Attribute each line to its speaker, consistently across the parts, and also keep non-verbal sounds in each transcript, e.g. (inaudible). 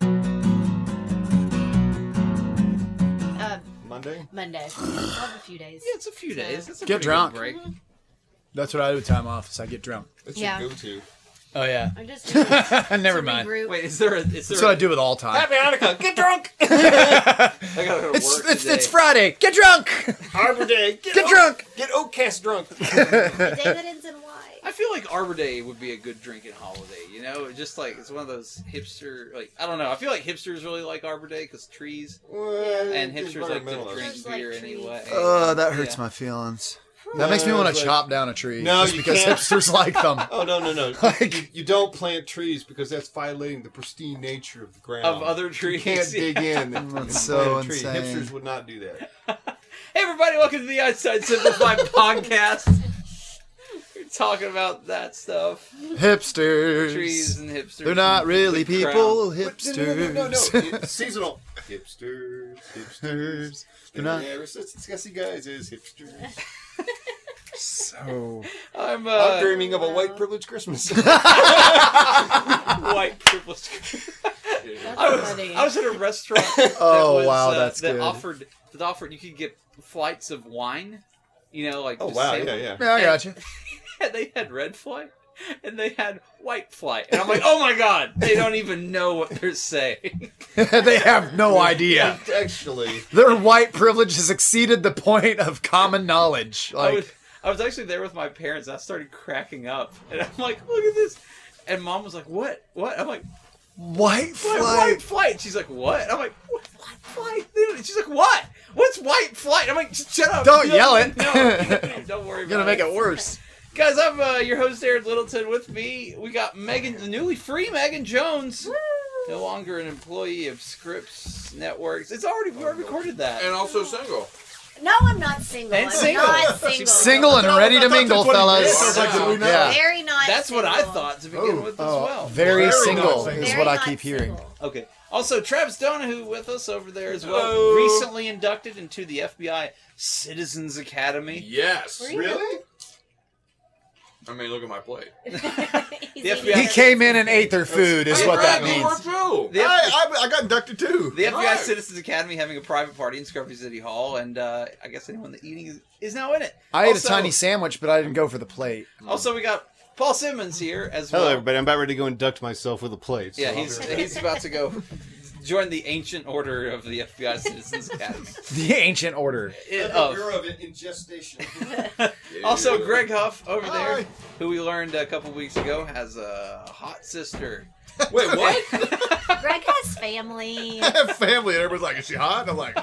Speaker 1: Monday.
Speaker 2: Um, Monday. We'll have a few days.
Speaker 3: Yeah, it's a few days. It's a pretty good
Speaker 4: Get drunk.
Speaker 3: break.
Speaker 4: That's what I do with time off. Is I get drunk.
Speaker 1: It's
Speaker 2: Yeah.
Speaker 1: your go-to.
Speaker 4: Oh yeah.
Speaker 2: I'm just doing it
Speaker 4: (laughs) Never
Speaker 2: to
Speaker 4: mind.
Speaker 2: regroup.
Speaker 3: Wait, is there a? Is there
Speaker 4: That's what I
Speaker 3: a-
Speaker 4: do with all time.
Speaker 3: Happy Hanukkah.
Speaker 1: (laughs)
Speaker 3: Get drunk. I gotta go to
Speaker 4: It's
Speaker 3: work
Speaker 4: it's,
Speaker 3: today.
Speaker 4: it's Friday. Get drunk.
Speaker 1: Arbor Day. Get,
Speaker 4: Get
Speaker 1: oat-
Speaker 4: drunk.
Speaker 1: Get Oatcast drunk.
Speaker 2: The day that ends in Y.
Speaker 3: I feel like Arbor Day would be a good drinking holiday. You know, It's just like it's one of those hipster. Like I don't know. I feel like hipsters really like Arbor Day because trees and hipsters like to drink
Speaker 2: Hipsters like
Speaker 3: beer
Speaker 2: trees.
Speaker 3: anyway.
Speaker 4: Oh, that hurts
Speaker 3: Yeah.
Speaker 4: my feelings. That makes me
Speaker 1: No,
Speaker 4: want
Speaker 1: it's
Speaker 4: to
Speaker 1: like-
Speaker 4: chop down a tree.
Speaker 1: No,
Speaker 4: just
Speaker 1: you
Speaker 4: because
Speaker 1: can't.
Speaker 4: hipsters like them.
Speaker 1: Oh no no no!
Speaker 4: Like-
Speaker 1: you, you don't plant trees because that's violating the pristine nature of the ground.
Speaker 3: Of other
Speaker 1: you
Speaker 3: trees.
Speaker 1: can't dig in. and plant
Speaker 4: so
Speaker 1: a tree.
Speaker 4: insane.
Speaker 1: Hipsters would not do that.
Speaker 3: (laughs) Hey everybody, welcome to the Outside
Speaker 4: (laughs)
Speaker 3: Simplified podcast. We're talking about that stuff.
Speaker 4: Hipsters.
Speaker 3: Trees and hipsters.
Speaker 4: They're not
Speaker 3: and
Speaker 4: really
Speaker 3: the crown.
Speaker 4: people.
Speaker 1: But
Speaker 4: Hipsters.
Speaker 1: No, no, no, no, no.
Speaker 4: (laughs)
Speaker 1: It's seasonal. Hipsters, hipsters.
Speaker 4: They're not-
Speaker 1: Yeah, let's let's discuss you guys as hipsters.
Speaker 4: so
Speaker 3: I'm, uh,
Speaker 1: I'm dreaming of a white privileged
Speaker 3: (laughs)
Speaker 1: Christmas. (laughs)
Speaker 3: white privileged. (laughs)
Speaker 2: That's
Speaker 3: I was,
Speaker 2: funny.
Speaker 3: I was at a restaurant. That
Speaker 4: (laughs) Oh,
Speaker 3: was,
Speaker 4: wow,
Speaker 3: uh,
Speaker 4: that's
Speaker 3: that
Speaker 4: good.
Speaker 3: offered that offered you could get flights of wine. You know, like
Speaker 1: oh
Speaker 3: just
Speaker 1: wow!
Speaker 3: sample-
Speaker 1: Yeah, yeah.
Speaker 4: yeah, I got you. (laughs)
Speaker 3: and (laughs) they had red flight and they had white flight. And I'm like, oh my god, they don't even know what they're saying. (laughs)
Speaker 4: they have no idea.
Speaker 1: Actually,
Speaker 4: Their white privilege has exceeded the point of common knowledge.
Speaker 3: I,
Speaker 4: Like,
Speaker 3: was, I was actually there with my parents. I started cracking up. And I'm like, look at this. And mom was like, what? What? I'm like,
Speaker 4: white
Speaker 3: what, white
Speaker 4: flight.
Speaker 3: flight. She's like, what? I'm like, what, white flight? They don't- She's like, what? What's white flight? I'm like, "Just shut up.
Speaker 4: Don't
Speaker 3: No,
Speaker 4: yell it."
Speaker 3: No, no,
Speaker 4: (laughs)
Speaker 3: don't worry
Speaker 4: You're gonna
Speaker 3: about
Speaker 4: make it worse.
Speaker 3: Guys, I'm uh, your host, Aaron Littleton. With me, we got Megan, the newly free Megan Jones. No longer an employee of Scripps Networks. It's already, we already recorded that.
Speaker 5: And also single.
Speaker 2: (laughs) No, I'm not single.
Speaker 3: And
Speaker 2: I'm
Speaker 3: single.
Speaker 2: not single.
Speaker 4: Single and ready to mingle, fellas.
Speaker 5: minutes. I was like, did we not?
Speaker 4: Yeah.
Speaker 2: Very not
Speaker 3: That's what I
Speaker 5: Oh.
Speaker 2: single.
Speaker 3: thought to begin with as
Speaker 6: Oh,
Speaker 3: well.
Speaker 4: Oh, very,
Speaker 1: Very
Speaker 4: single
Speaker 1: not single.
Speaker 4: is
Speaker 2: Very
Speaker 4: what I
Speaker 2: not
Speaker 4: keep hearing.
Speaker 2: single.
Speaker 3: Okay. Also, Travis Donahue with us over there as well.
Speaker 5: Hello.
Speaker 3: Recently inducted into the FBI Citizens Academy.
Speaker 5: Yes.
Speaker 2: Really?
Speaker 1: really?
Speaker 5: I mean, look at my plate.
Speaker 2: (laughs) He's
Speaker 3: The
Speaker 2: a
Speaker 3: FBI
Speaker 4: He
Speaker 2: nerd.
Speaker 4: came in in eighth or food is
Speaker 5: Hey,
Speaker 4: what that
Speaker 5: Brad, you
Speaker 4: means.
Speaker 5: were too.
Speaker 3: The FBI
Speaker 1: I, I, I got inducted too.
Speaker 3: The FBI
Speaker 5: Right.
Speaker 3: Citizens Academy having a private party in Scruffy City Hall, and uh, I guess anyone that eating is, is now in it.
Speaker 4: I ate a
Speaker 3: Also-
Speaker 4: tiny sandwich, but I didn't go for the plate.
Speaker 5: Hmm.
Speaker 3: Also, we got Paul Simmons here as
Speaker 1: Hello,
Speaker 3: well.
Speaker 1: everybody. I'm about ready to go induct myself with a plate. so
Speaker 3: Yeah,
Speaker 1: I'll
Speaker 3: he's (laughs)
Speaker 1: be right
Speaker 3: he's about to go join the ancient order of the FBI Citizens Academy.
Speaker 4: The ancient order.
Speaker 3: It-
Speaker 1: back.
Speaker 3: of-
Speaker 1: Bureau of
Speaker 3: (laughs)
Speaker 1: Ingestation.
Speaker 4: (laughs)
Speaker 5: Yeah.
Speaker 3: also, Greg Huff over
Speaker 1: Hi.
Speaker 3: there, who we learned a couple weeks ago has a hot sister.
Speaker 5: Wait, what?
Speaker 4: (laughs)
Speaker 2: Greg has family.
Speaker 6: (laughs) I have family, and everybody's like, "Is she hot?" And I'm like, uh,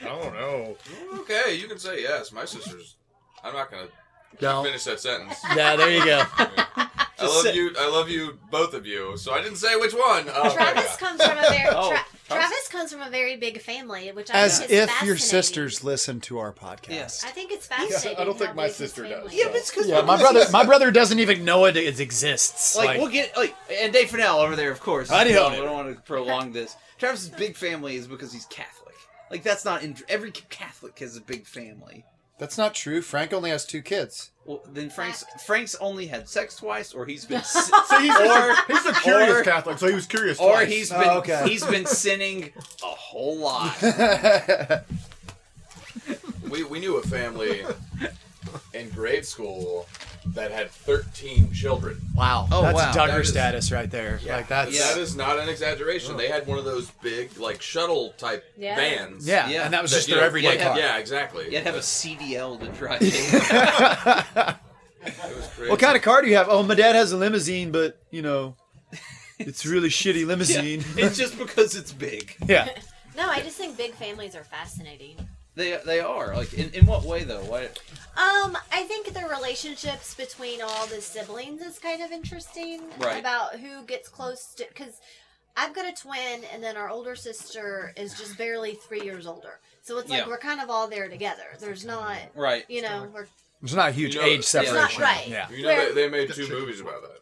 Speaker 6: "I don't know."
Speaker 5: okay, you can say yes. My sister's. I'm not gonna
Speaker 4: Don't.
Speaker 5: finish
Speaker 4: (laughs)
Speaker 5: that sentence.
Speaker 4: Yeah, there you go.
Speaker 5: I love
Speaker 3: say-
Speaker 5: you. I love you, both of you. So I didn't say
Speaker 4: (laughs)
Speaker 5: which one. Oh, my
Speaker 2: Travis
Speaker 5: God.
Speaker 2: comes from a very
Speaker 3: Oh,
Speaker 2: Tra-
Speaker 3: Travis-
Speaker 2: Travis comes from a very big family, which I
Speaker 4: As
Speaker 2: think is
Speaker 4: if your
Speaker 2: fascinating.
Speaker 4: sisters listen to our podcast.
Speaker 2: I think it's fascinating.
Speaker 6: I don't think
Speaker 2: how
Speaker 6: my
Speaker 2: big his
Speaker 6: sister
Speaker 2: family
Speaker 6: does.
Speaker 2: is.
Speaker 6: Yeah, but
Speaker 3: it's because
Speaker 4: Yeah, my brother, my brother doesn't even know it, it exists.
Speaker 3: Like, we'll get like and Dave Fennell over there, of course.
Speaker 4: I
Speaker 3: I
Speaker 4: know.
Speaker 3: don't, I don't want to prolong this. Travis's big family is because he's Catholic. Like that's not in, every Catholic has a big family.
Speaker 4: that's not true. Frank only
Speaker 6: (laughs)
Speaker 4: has two kids.
Speaker 3: Well, then Frank's Frank's only had sex twice, or he's been
Speaker 6: So he's just
Speaker 3: Or-
Speaker 6: a, he's a curious
Speaker 3: or-
Speaker 6: Catholic, so he was curious.
Speaker 3: or
Speaker 6: twice.
Speaker 3: he's
Speaker 4: Oh,
Speaker 3: been
Speaker 4: okay. (laughs)
Speaker 3: he's been sinning a whole lot.
Speaker 6: Oh,
Speaker 5: We we knew a family in grade school that had 13 children.
Speaker 4: wow,
Speaker 3: Oh,
Speaker 4: that's
Speaker 3: wow.
Speaker 4: Duggar
Speaker 5: That is-
Speaker 4: status right there. Like that's
Speaker 5: That
Speaker 4: yeah.
Speaker 5: is not an exaggeration. They had one of those big like shuttle type
Speaker 2: Yeah.
Speaker 5: vans.
Speaker 3: Yeah.
Speaker 4: and that was
Speaker 5: That,
Speaker 4: just
Speaker 5: you
Speaker 4: their
Speaker 5: know,
Speaker 4: everyday
Speaker 5: like-
Speaker 4: car.
Speaker 5: Yeah, exactly.
Speaker 3: You'd have a CDL to
Speaker 4: (laughs)
Speaker 3: drive. in.
Speaker 5: It was crazy.
Speaker 4: What kind of car do you have? Oh, my dad has a limousine, but you know, it's really (laughs) shitty limousine.
Speaker 3: it's just because it's big.
Speaker 4: yeah.
Speaker 2: No, I just think big families are fascinating.
Speaker 3: They they are like in, in what way though? What
Speaker 2: Um, I think the relationships between all the siblings is kind of interesting
Speaker 3: Right.
Speaker 2: about who gets close to because I've got a twin and then our older sister is just barely three years older. So it's like
Speaker 3: Yeah.
Speaker 2: we're kind of all there together. There's not
Speaker 3: right?
Speaker 2: you know, we're
Speaker 4: (laughs) It's not a huge
Speaker 5: You know,
Speaker 4: age
Speaker 5: it's not
Speaker 4: separation.
Speaker 2: right.
Speaker 4: Yeah.
Speaker 5: You know
Speaker 2: Where-
Speaker 5: they, they made two movies about that.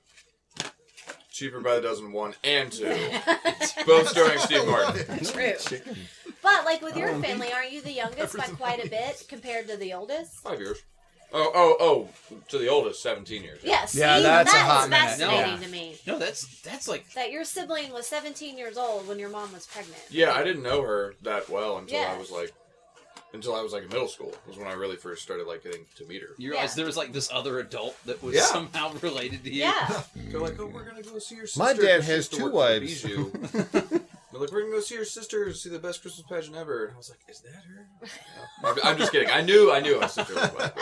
Speaker 5: Cheaper by the dozen one and two, both starring Steve Martin.
Speaker 2: (laughs)
Speaker 4: (laughs)
Speaker 2: true. But like with your
Speaker 4: Um,
Speaker 2: family, aren't you the youngest by quite a bit compared to the oldest?
Speaker 5: Five years. Oh oh oh! To the oldest, seventeen years.
Speaker 2: Yes.
Speaker 4: Yeah, that's a hot minute.
Speaker 2: fascinating
Speaker 4: Yeah.
Speaker 2: to me.
Speaker 3: No, that's that's like
Speaker 2: That your sibling was 17 years old when your mom was pregnant.
Speaker 5: Yeah, I didn't know her that well until
Speaker 2: Yeah.
Speaker 5: I was like until I was like in middle school. Was when I really first started like getting to meet her.
Speaker 3: You realize
Speaker 2: Yeah.
Speaker 3: there was like this other adult that was
Speaker 5: Yeah.
Speaker 3: somehow (laughs) related to you.
Speaker 2: Yeah.
Speaker 5: They're like, oh, we're gonna go see your sister.
Speaker 4: My dad
Speaker 5: Her
Speaker 4: has
Speaker 5: sister
Speaker 4: two
Speaker 5: worked at
Speaker 4: wives.
Speaker 5: Bijou.
Speaker 4: (laughs)
Speaker 5: They're like, we're gonna go see your sister see the best Christmas pageant ever. And I was like, is that her? No. I'm- I'm just kidding. I knew, I knew my sister was black.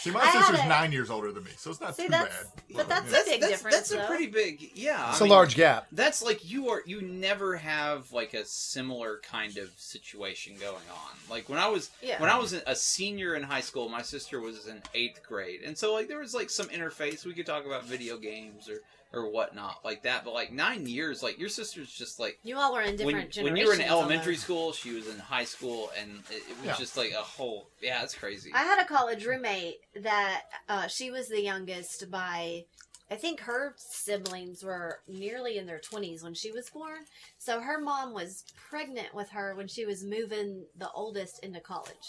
Speaker 6: See, my
Speaker 2: I had
Speaker 6: sister's
Speaker 2: it.
Speaker 6: nine years older than me, so it's not
Speaker 2: See,
Speaker 6: too
Speaker 2: that's
Speaker 6: bad.
Speaker 2: but that's,
Speaker 3: That's,
Speaker 2: a big
Speaker 3: that's,
Speaker 2: difference.
Speaker 3: that's a
Speaker 2: though.
Speaker 3: pretty big, yeah.
Speaker 4: It's
Speaker 3: I
Speaker 4: a
Speaker 3: mean,
Speaker 4: large gap.
Speaker 3: That's like you are. You never have like a similar kind of situation going on. Like when I was
Speaker 2: Yeah.
Speaker 3: when I was a senior in high school, my sister was in eighth grade, and so like there was like some interface. We could talk about video games or or whatnot like that. But like nine years, like your sister's just like
Speaker 2: you all were in
Speaker 3: when,
Speaker 2: different generations.
Speaker 3: when you were in elementary
Speaker 2: almost.
Speaker 3: school, she was in high school, and it, it was
Speaker 6: Yeah.
Speaker 3: just like a whole yeah, it's crazy.
Speaker 2: I had a college roommate that uh, she was the youngest by. I think her siblings were nearly in their 20s when she was born. So her mom was pregnant with her when she was moving the oldest into college.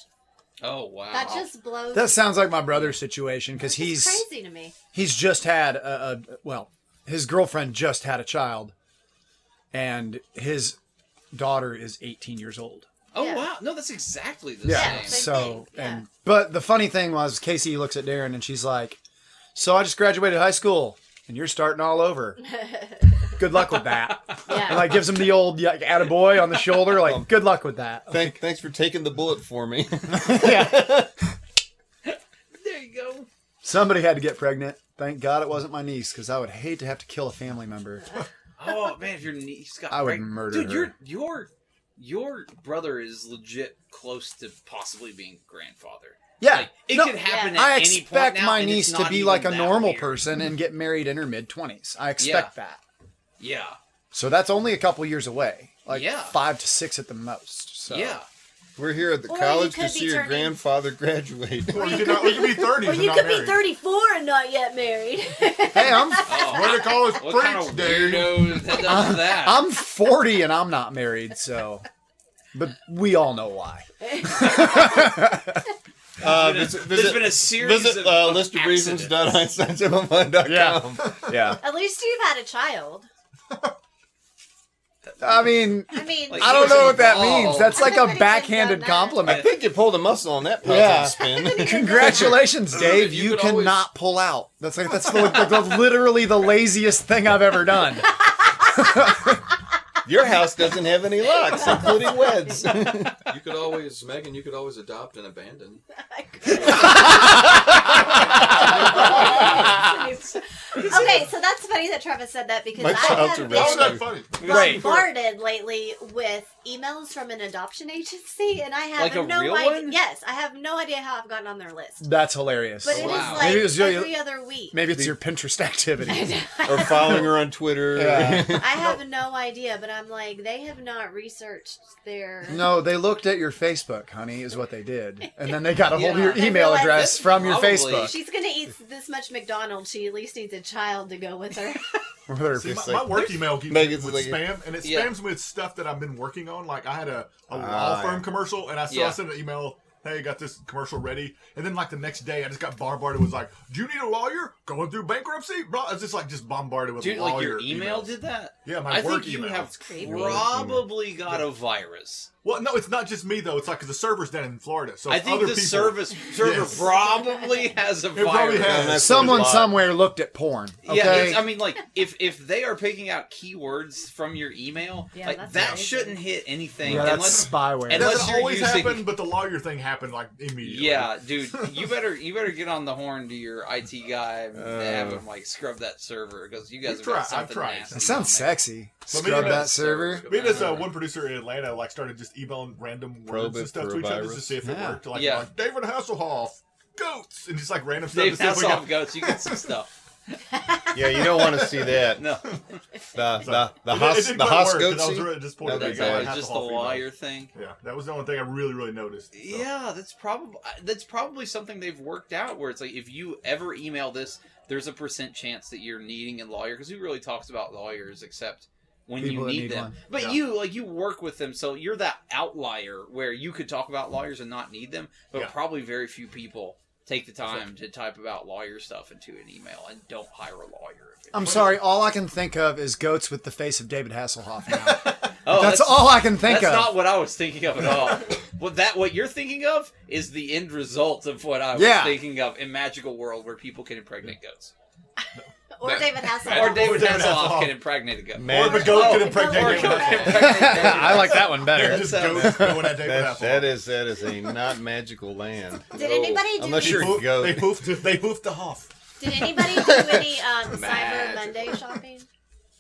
Speaker 3: oh wow,
Speaker 2: That just blows.
Speaker 4: That sounds like my brother's situation because
Speaker 2: that's
Speaker 4: he's
Speaker 2: crazy to
Speaker 3: (laughs)
Speaker 2: me.
Speaker 4: he's just had a, a well, his girlfriend just had a child, and his daughter is 18 years old.
Speaker 3: oh
Speaker 2: yeah.
Speaker 3: wow, no, that's exactly the
Speaker 2: Yeah.
Speaker 3: same.
Speaker 2: Same
Speaker 4: So
Speaker 2: thing, yeah.
Speaker 4: and but the funny thing was Casey looks at Darren and she's like, "So I just graduated high school and you're starting all over. Good luck with that."
Speaker 2: Yeah.
Speaker 4: And like gives him the old like, attaboy on the shoulder,
Speaker 3: Um,
Speaker 4: like, "Good luck with
Speaker 3: (laughs)
Speaker 4: that."
Speaker 7: Thank, thanks for taking the bullet for me. (laughs)
Speaker 4: yeah.
Speaker 3: There you go.
Speaker 4: Somebody had to get pregnant. Thank God it wasn't my niece because I would hate to have to kill a family member.
Speaker 2: (laughs)
Speaker 3: Oh man, if your niece got
Speaker 4: I would
Speaker 3: pregnant-
Speaker 4: murder
Speaker 3: dude,
Speaker 4: her.
Speaker 3: your your your brother is legit close to possibly being grandfather.
Speaker 4: Yeah.
Speaker 3: like, it
Speaker 4: No,
Speaker 3: could happen.
Speaker 2: yeah.
Speaker 3: At
Speaker 4: I
Speaker 3: any point
Speaker 4: expect
Speaker 3: now,
Speaker 4: my
Speaker 3: and it's
Speaker 4: niece to
Speaker 3: not
Speaker 4: be
Speaker 3: even
Speaker 4: like a
Speaker 3: that
Speaker 4: normal
Speaker 3: weird.
Speaker 4: person and get married in her mid 20s. I expect that.
Speaker 3: Yeah,
Speaker 4: So that's only a couple years away. Like
Speaker 3: Yeah.
Speaker 4: 5 to 6 at the most. So
Speaker 3: yeah.
Speaker 7: We're here at the
Speaker 2: Or you
Speaker 7: college
Speaker 2: could
Speaker 7: to
Speaker 2: be
Speaker 7: see your
Speaker 2: turning-
Speaker 7: grandfather graduate.
Speaker 6: Or you could, not, or you could be 30
Speaker 2: Well,
Speaker 6: and
Speaker 2: you
Speaker 6: not
Speaker 2: could
Speaker 6: married.
Speaker 2: be 34 and not yet married. (laughs)
Speaker 4: Hey, I'm
Speaker 7: uh,
Speaker 3: (laughs) Oh,
Speaker 6: Way to call us
Speaker 3: what kind
Speaker 6: preach,
Speaker 3: of
Speaker 6: dude.
Speaker 3: weirdo that does that?
Speaker 4: I'm 40 and I'm not married, so but we all know
Speaker 3: (laughs)
Speaker 4: why.
Speaker 7: Uh,
Speaker 3: There's
Speaker 7: visit
Speaker 3: been a-
Speaker 7: visit,
Speaker 3: there's been a series
Speaker 7: visit
Speaker 3: of,
Speaker 7: uh,
Speaker 3: of
Speaker 7: list of reasons.
Speaker 3: accidents.
Speaker 7: reasons.einsteinsmmi.com.
Speaker 4: Yeah. Yeah.
Speaker 2: At least you've had a child.
Speaker 4: I mean,
Speaker 2: I mean,
Speaker 3: Like,
Speaker 4: I don't know what that
Speaker 7: Involved.
Speaker 4: means. That's like a
Speaker 2: Everybody's done
Speaker 4: backhanded
Speaker 2: that.
Speaker 7: I
Speaker 3: (laughs)
Speaker 4: compliment.
Speaker 7: think you pulled a muscle on that
Speaker 4: Yeah.
Speaker 2: (laughs)
Speaker 7: yeah. spin.
Speaker 4: Congratulations, Dave.
Speaker 5: you
Speaker 4: You,
Speaker 5: could always-
Speaker 4: cannot pull out. That's like that's the, like, the, literally the laziest thing I've ever done.
Speaker 7: Your house doesn't have any locks, including weds.
Speaker 5: You could always, Megan, you could always adopt and abandon.
Speaker 2: okay, so that's funny that Travis said that because
Speaker 7: My
Speaker 2: I
Speaker 7: child's
Speaker 2: have
Speaker 7: a
Speaker 6: That
Speaker 2: been
Speaker 6: was not funny.
Speaker 4: Right.
Speaker 2: bombarded lately with emails from an adoption agency, and I have
Speaker 3: Like a
Speaker 2: no
Speaker 3: real
Speaker 2: idea.
Speaker 3: one?
Speaker 2: Yes, I have no idea how I've gotten on their list,
Speaker 4: That's hilarious.
Speaker 2: but it is
Speaker 3: Wow.
Speaker 2: like
Speaker 4: Maybe it was your-
Speaker 2: every other week. (laughs)
Speaker 4: Maybe it's your Pinterest activity.
Speaker 2: I
Speaker 7: or following her on Twitter.
Speaker 4: Yeah.
Speaker 2: have no idea, but I'm like they have not researched their.
Speaker 4: No, they looked at your Facebook, honey, is what they did, and then they got a hold of
Speaker 3: Yeah.
Speaker 4: your
Speaker 2: They
Speaker 4: email
Speaker 2: realized
Speaker 4: address
Speaker 2: that-
Speaker 4: from your
Speaker 3: Probably.
Speaker 4: Facebook.
Speaker 2: She's gonna eat this much McDonald's. She at least needs a child to go with her.
Speaker 4: Or their-
Speaker 7: See,
Speaker 6: My,
Speaker 7: It's
Speaker 6: my
Speaker 7: like-
Speaker 6: work email keeps
Speaker 7: Like,
Speaker 6: me
Speaker 7: it's
Speaker 6: with
Speaker 7: like-
Speaker 6: spam, and it
Speaker 3: Yeah.
Speaker 6: spams me with stuff that I've been working on. Like I had a, a
Speaker 7: Ah,
Speaker 6: law firm
Speaker 7: yeah.
Speaker 6: commercial, and I saw
Speaker 3: Yeah.
Speaker 6: I sent an email. Hey, got this commercial ready, and then like the next day, I just got bombarded with like, "Do you need a lawyer? Going through bankruptcy?" Blah. I was just like just bombarded with
Speaker 3: Dude,
Speaker 6: lawyer
Speaker 3: like your email
Speaker 6: emails.
Speaker 3: did that.
Speaker 6: Yeah, my
Speaker 3: I
Speaker 6: work
Speaker 3: think you
Speaker 6: email.
Speaker 3: have
Speaker 2: creepy.
Speaker 3: probably got a virus.
Speaker 6: Well, no, it's not just me though. It's like 'cause the server's down in Florida, so
Speaker 3: I
Speaker 6: it's
Speaker 3: think
Speaker 6: other
Speaker 3: the
Speaker 6: people.
Speaker 3: service server
Speaker 6: Yes.
Speaker 3: probably has a
Speaker 6: It
Speaker 3: virus.
Speaker 6: probably has.
Speaker 7: And that's
Speaker 4: Someone
Speaker 7: what it was.
Speaker 4: somewhere looked at porn.
Speaker 3: Yeah,
Speaker 4: Okay.
Speaker 3: it's, I mean, like if if they are picking out keywords from your email,
Speaker 2: Yeah,
Speaker 3: like
Speaker 2: that's
Speaker 3: that
Speaker 2: crazy.
Speaker 3: shouldn't hit anything.
Speaker 4: yeah, that's
Speaker 3: unless,
Speaker 4: spyware.
Speaker 6: It
Speaker 3: and unless
Speaker 6: doesn't
Speaker 3: you're
Speaker 6: always
Speaker 3: using-
Speaker 6: happen, but the lawyer thing happened like immediately.
Speaker 3: yeah, dude, you better you better get on the horn to your IT guy and have him like scrub that server because you guys have
Speaker 6: We've
Speaker 3: got
Speaker 6: tried- I've
Speaker 3: something
Speaker 6: tried.
Speaker 3: nasty
Speaker 4: That sounds
Speaker 3: on there.
Speaker 4: sexy.
Speaker 6: But
Speaker 4: Scrub
Speaker 6: maybe
Speaker 4: that
Speaker 6: that's-
Speaker 4: server.
Speaker 6: Me and this uh, one producer in Atlanta like started just emailing random
Speaker 7: Probe
Speaker 6: words
Speaker 7: it
Speaker 6: and stuff
Speaker 7: for
Speaker 6: to
Speaker 7: a
Speaker 6: each other just to
Speaker 7: virus.
Speaker 6: see if it
Speaker 4: Yeah.
Speaker 6: worked. Like,
Speaker 3: Yeah.
Speaker 6: like David Hasselhoff, goats, and just like random stuff.
Speaker 3: Dave
Speaker 6: to see if we got-
Speaker 3: Hasselhoff goats, you get some stuff.
Speaker 7: Yeah, you don't want to see that.
Speaker 6: (laughs)
Speaker 3: No,
Speaker 7: The, the, the,
Speaker 6: It- it
Speaker 7: Hos-
Speaker 6: didn't
Speaker 7: the
Speaker 6: quite
Speaker 7: Hos
Speaker 6: work, 'cause I
Speaker 7: (laughs)
Speaker 6: was
Speaker 7: goatsy.
Speaker 6: really disappointed
Speaker 7: That'd
Speaker 6: that
Speaker 7: be
Speaker 3: that's
Speaker 6: I got
Speaker 7: bad.
Speaker 3: always
Speaker 6: Hasselhoff
Speaker 3: just a
Speaker 6: email.
Speaker 3: liar thing.
Speaker 6: Yeah, that was the only thing I really, really noticed. so.
Speaker 3: Yeah, that's probably that's probably something they've worked out where it's like if you ever email this, there's a percent chance that you're needing a lawyer because who really talks about lawyers except when
Speaker 4: People
Speaker 3: you need,
Speaker 4: that need
Speaker 3: them.
Speaker 4: one.
Speaker 3: But
Speaker 6: Yeah.
Speaker 3: you like you work with them, so you're that outlier where you could talk about lawyers and not need them, but
Speaker 6: Yeah.
Speaker 3: probably very few people take the time to type about lawyer stuff into an email and don't hire a lawyer. if it-
Speaker 4: I'm sorry. All I can think of is goats
Speaker 6: (laughs)
Speaker 4: with the face of David Hasselhoff. Now.
Speaker 3: oh,
Speaker 4: that's, all I can think
Speaker 3: that's
Speaker 4: of. (coughs)
Speaker 3: not what I was thinking of at all. Well, that what you're thinking of is the end result of what I was
Speaker 4: Yeah.
Speaker 3: thinking of in Magical World, where people can impregnate goats,
Speaker 2: Or
Speaker 5: That-
Speaker 2: David Hasselhoff.
Speaker 3: or David
Speaker 6: David
Speaker 3: Hasselhoff
Speaker 6: Hasselhoff.
Speaker 3: can impregnate a goat.
Speaker 7: Man,
Speaker 6: Or the goat
Speaker 3: Oh,
Speaker 6: can
Speaker 2: or
Speaker 6: impregnate
Speaker 2: goat
Speaker 6: David
Speaker 2: can (laughs)
Speaker 7: (laughs)
Speaker 6: Hasselhoff.
Speaker 4: I like that one better.
Speaker 6: Just
Speaker 3: That
Speaker 6: goats
Speaker 3: sounds-
Speaker 6: going at David
Speaker 7: that,
Speaker 6: Hasselhoff.
Speaker 7: that is that is a not magical land.
Speaker 2: Did anybody do-
Speaker 7: Unless
Speaker 6: They
Speaker 7: you're
Speaker 6: poofed-
Speaker 7: a goat.
Speaker 6: They poofed, they poofed the Hoff.
Speaker 2: Did anybody do any um, Cyber
Speaker 5: Magical.
Speaker 2: Monday shopping?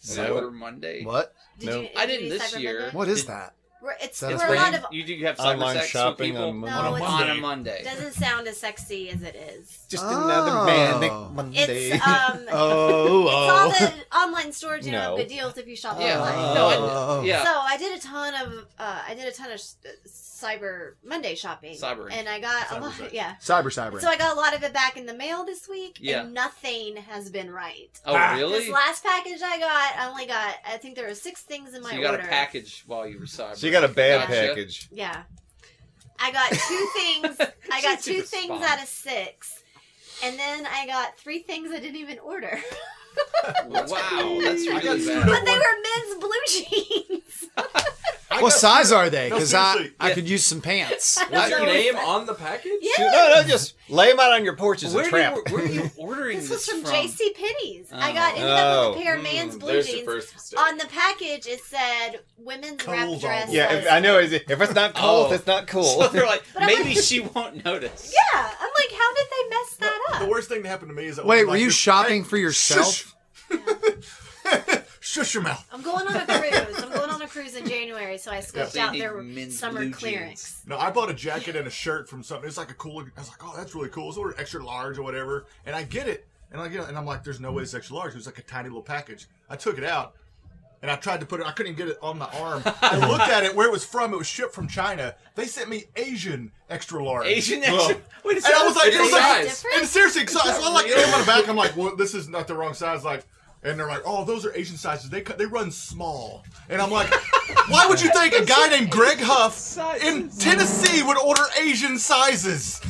Speaker 3: Cyber Monday.
Speaker 4: What?
Speaker 2: Did
Speaker 7: No.
Speaker 2: you,
Speaker 3: I
Speaker 2: did you
Speaker 3: didn't
Speaker 2: do
Speaker 3: this
Speaker 2: Cyber
Speaker 3: year.
Speaker 2: Monday?
Speaker 4: What is that?
Speaker 2: We're- It's
Speaker 4: That
Speaker 2: we're
Speaker 4: is
Speaker 2: a lot
Speaker 4: brand-
Speaker 2: of
Speaker 3: You do have cyber
Speaker 7: Online
Speaker 3: sex with
Speaker 7: shopping
Speaker 3: people
Speaker 7: on
Speaker 2: No,
Speaker 7: Monday.
Speaker 2: On a it's-
Speaker 3: on a
Speaker 6: Monday.
Speaker 3: Monday.
Speaker 2: doesn't sound as sexy as it is.
Speaker 7: Just
Speaker 4: Oh.
Speaker 7: another manic Monday.
Speaker 2: It's
Speaker 7: (laughs)
Speaker 4: (laughs)
Speaker 2: um,
Speaker 4: Oh,
Speaker 2: it's all the online stores you know
Speaker 7: No.
Speaker 2: good deals if you shop
Speaker 3: Yeah.
Speaker 2: online.
Speaker 3: No,
Speaker 4: Oh.
Speaker 3: I, yeah.
Speaker 2: So I did a ton of uh, I did a ton of s- uh, Cyber Monday shopping.
Speaker 3: Cybering.
Speaker 2: And I got a
Speaker 6: Cyber
Speaker 2: lot.
Speaker 6: sex.
Speaker 2: Yeah.
Speaker 4: cyber cyber.
Speaker 2: So I got a lot of it back in the mail this week.
Speaker 3: Yeah.
Speaker 2: And nothing has been right.
Speaker 3: oh,
Speaker 6: Ah.
Speaker 3: really?
Speaker 2: This last package I got, I only got I think there were six things in my
Speaker 3: so you got
Speaker 2: order.
Speaker 3: a package while you were cyber.
Speaker 7: so you got a bad
Speaker 2: Gotcha.
Speaker 7: package.
Speaker 2: Yeah. I got
Speaker 3: (laughs)
Speaker 2: two things. (laughs) I got
Speaker 3: She's
Speaker 2: two
Speaker 3: just
Speaker 2: things
Speaker 3: fine.
Speaker 2: out of six. And then I got three things I didn't even order. (laughs)
Speaker 3: Wow, that's
Speaker 6: I got
Speaker 3: really
Speaker 6: screwed
Speaker 3: bad.
Speaker 6: up.
Speaker 2: But they were men's blue (laughs) jeans.
Speaker 6: I
Speaker 4: what
Speaker 6: got-
Speaker 4: size are they?
Speaker 6: No,
Speaker 4: Because I,
Speaker 6: seriously.
Speaker 4: I
Speaker 3: Yeah.
Speaker 4: could use some
Speaker 6: (laughs)
Speaker 4: pants.
Speaker 5: Was your name on the package?
Speaker 2: Yeah.
Speaker 7: Shoot, No, no, just lay them out on your porch as
Speaker 3: Where,
Speaker 7: a trap.
Speaker 3: do you- where are you
Speaker 2: (laughs)
Speaker 3: ordering
Speaker 2: This
Speaker 3: this,
Speaker 2: was from,
Speaker 3: from?
Speaker 2: J.C. JCPenney's. I got
Speaker 3: Oh.
Speaker 2: ended up with
Speaker 7: Oh.
Speaker 2: a pair of man's
Speaker 5: Mm,
Speaker 2: blue
Speaker 5: There's your
Speaker 2: jeans.
Speaker 5: first mistake.
Speaker 2: On the package, it said women's wrap
Speaker 6: Kohl's
Speaker 2: dress.
Speaker 6: all
Speaker 7: yeah,
Speaker 2: says-
Speaker 7: if, I know. is it- If it's not cool,
Speaker 3: Oh.
Speaker 7: it's not cool.
Speaker 3: So they're like,
Speaker 2: But I'm
Speaker 3: (laughs) maybe she won't notice.
Speaker 2: Yeah, I'm like, how did they mess that
Speaker 6: The
Speaker 2: up?
Speaker 6: worst thing that happened to me is that
Speaker 4: Wait,
Speaker 6: when,
Speaker 4: were
Speaker 6: like,
Speaker 4: you
Speaker 6: this-
Speaker 4: shopping for
Speaker 6: Shush.
Speaker 4: yourself?
Speaker 6: Shush your mouth.
Speaker 2: I'm going on a cruise. I'm going on a cruise in January, so I scoped
Speaker 3: So you
Speaker 2: out
Speaker 3: need
Speaker 2: their
Speaker 3: men's
Speaker 2: summer
Speaker 3: blue
Speaker 2: clearance.
Speaker 6: No, I bought a jacket and a shirt from something. It's like a cool. I was like, oh, that's really cool. It's ordered extra large or whatever, and I get it, and I get it, and I'm like, there's no way it's extra large. It was like a tiny little package. I took it out, and I tried to put it. I couldn't even get it on my arm. I looked at it where it was from. It was shipped from China. They sent me Asian extra large.
Speaker 3: Asian (laughs)
Speaker 6: Well,
Speaker 3: extra. Wait a
Speaker 6: And I was like,
Speaker 3: second.
Speaker 6: it
Speaker 3: (laughs)
Speaker 6: was like,
Speaker 5: size.
Speaker 6: and seriously, so so I like it on my back. I'm like, well, this is not the wrong size. Like, and they're like, oh, those are Asian sizes. They cut, they run small. And I'm
Speaker 3: (laughs)
Speaker 6: like, why would you think a guy named Greg Huff in Tennessee would order Asian sizes?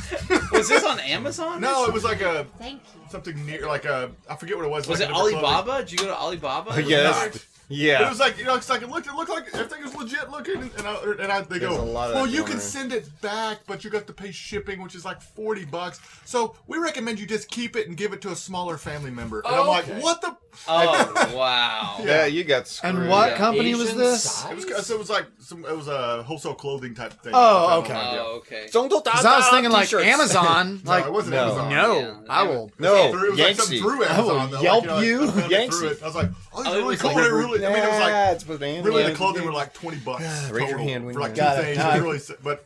Speaker 3: was this on Amazon?
Speaker 6: No, it was like a
Speaker 2: Thank you.
Speaker 6: something near like a I forget what it was.
Speaker 3: Was
Speaker 6: like
Speaker 3: it
Speaker 6: a different clothing-
Speaker 3: Alibaba? Did you go to Alibaba?
Speaker 6: (laughs)
Speaker 7: Yeah, that's-
Speaker 6: not. It
Speaker 7: yeah.
Speaker 6: was like you know, cause like it looked, it looked like everything was legit looking, and I, and I they
Speaker 7: There's
Speaker 6: go,
Speaker 7: a lot of
Speaker 6: well,
Speaker 7: that
Speaker 6: you
Speaker 7: going
Speaker 6: can
Speaker 7: around."
Speaker 6: send it back, but you got to pay shipping, which is like forty bucks. So we recommend you just keep it and give it to a smaller family member. And I'm like,
Speaker 5: Okay.
Speaker 6: what the?
Speaker 3: Oh (laughs) wow.
Speaker 7: Yeah, you got screwed.
Speaker 4: And what
Speaker 3: Yeah.
Speaker 4: company was
Speaker 5: Asian
Speaker 4: this?
Speaker 5: size? (laughs)
Speaker 6: (laughs) It was so it was like some it was a wholesale clothing type thing.
Speaker 4: Oh, okay.
Speaker 6: Yeah.
Speaker 3: Oh okay.
Speaker 4: Because I was thinking like Amazon.
Speaker 6: (laughs) No,
Speaker 4: Like,
Speaker 6: it wasn't
Speaker 7: No.
Speaker 6: Amazon.
Speaker 4: no,
Speaker 3: Yeah.
Speaker 4: I will.
Speaker 7: No,
Speaker 6: Through, it was like
Speaker 7: Yangtze.
Speaker 6: some through
Speaker 4: I will
Speaker 6: Amazon. though,
Speaker 4: yelp
Speaker 6: like, you. know, like,
Speaker 4: you.
Speaker 6: I found it through
Speaker 7: Yangtze.
Speaker 6: it. I was like, oh,
Speaker 3: Oh,
Speaker 6: it's
Speaker 3: it
Speaker 6: really
Speaker 3: was
Speaker 6: cool.
Speaker 3: like-
Speaker 6: It really, I mean, it was like
Speaker 7: Yeah, it's with Amazon.
Speaker 6: Really, the clothing were like twenty bucks.
Speaker 7: Yeah,
Speaker 6: total
Speaker 7: raise your hand when
Speaker 6: for
Speaker 7: you
Speaker 6: like two
Speaker 7: got it.
Speaker 6: things.
Speaker 7: Time.
Speaker 6: It really, s- but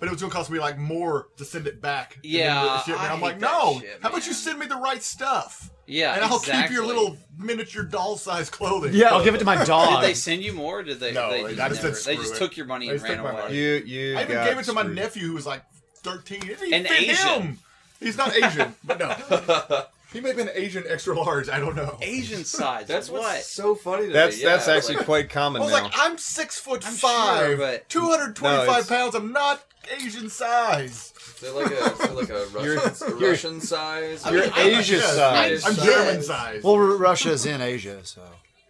Speaker 6: but it was gonna cost me like more to send it back. than
Speaker 3: Yeah,
Speaker 6: to do the shipment.
Speaker 3: I
Speaker 6: I'm like,
Speaker 3: hate that
Speaker 6: no.
Speaker 3: shit,
Speaker 6: how about
Speaker 3: man.
Speaker 6: you send me the right stuff?
Speaker 3: Yeah.
Speaker 6: and I'll keep your
Speaker 3: exactly.
Speaker 6: little miniature doll size clothing.
Speaker 4: Yeah, I'll give it to my
Speaker 3: Did
Speaker 4: dog.
Speaker 3: they send you more? Or did they?
Speaker 6: No,
Speaker 3: they
Speaker 6: I
Speaker 3: just,
Speaker 6: just said
Speaker 3: never- they
Speaker 6: screw
Speaker 3: just
Speaker 6: it.
Speaker 3: took your money
Speaker 6: They
Speaker 3: and
Speaker 6: just
Speaker 3: ran
Speaker 6: took my
Speaker 3: away.
Speaker 6: money.
Speaker 7: You, you
Speaker 6: (laughs) I even
Speaker 7: got
Speaker 6: gave it to my
Speaker 7: screwed.
Speaker 6: nephew who was like thirteen. It didn't
Speaker 3: An
Speaker 6: fit
Speaker 3: Asian.
Speaker 6: him. He's not Asian, (laughs) but no. He may have been Asian extra large. I don't know.
Speaker 3: Asian
Speaker 6: (laughs)
Speaker 3: size.
Speaker 5: (laughs) That's what's
Speaker 3: what.
Speaker 5: so funny to
Speaker 7: That's
Speaker 5: me. Yeah,
Speaker 7: that's actually
Speaker 5: like,
Speaker 7: quite common
Speaker 6: I was
Speaker 7: now.
Speaker 6: like, I'm six foot
Speaker 3: I'm
Speaker 6: five,
Speaker 3: sure, but-
Speaker 6: two hundred twenty-five
Speaker 7: No, it's-
Speaker 6: pounds. I'm not Asian size.
Speaker 5: is there like a, is there like a
Speaker 7: You're-
Speaker 5: Russian, a
Speaker 7: you're-
Speaker 5: Russian size?
Speaker 7: you're
Speaker 5: Or-
Speaker 7: Asia
Speaker 6: Yes,
Speaker 7: size.
Speaker 6: I'm
Speaker 5: size.
Speaker 6: German size.
Speaker 4: well, Ru- Russia's in Asia, so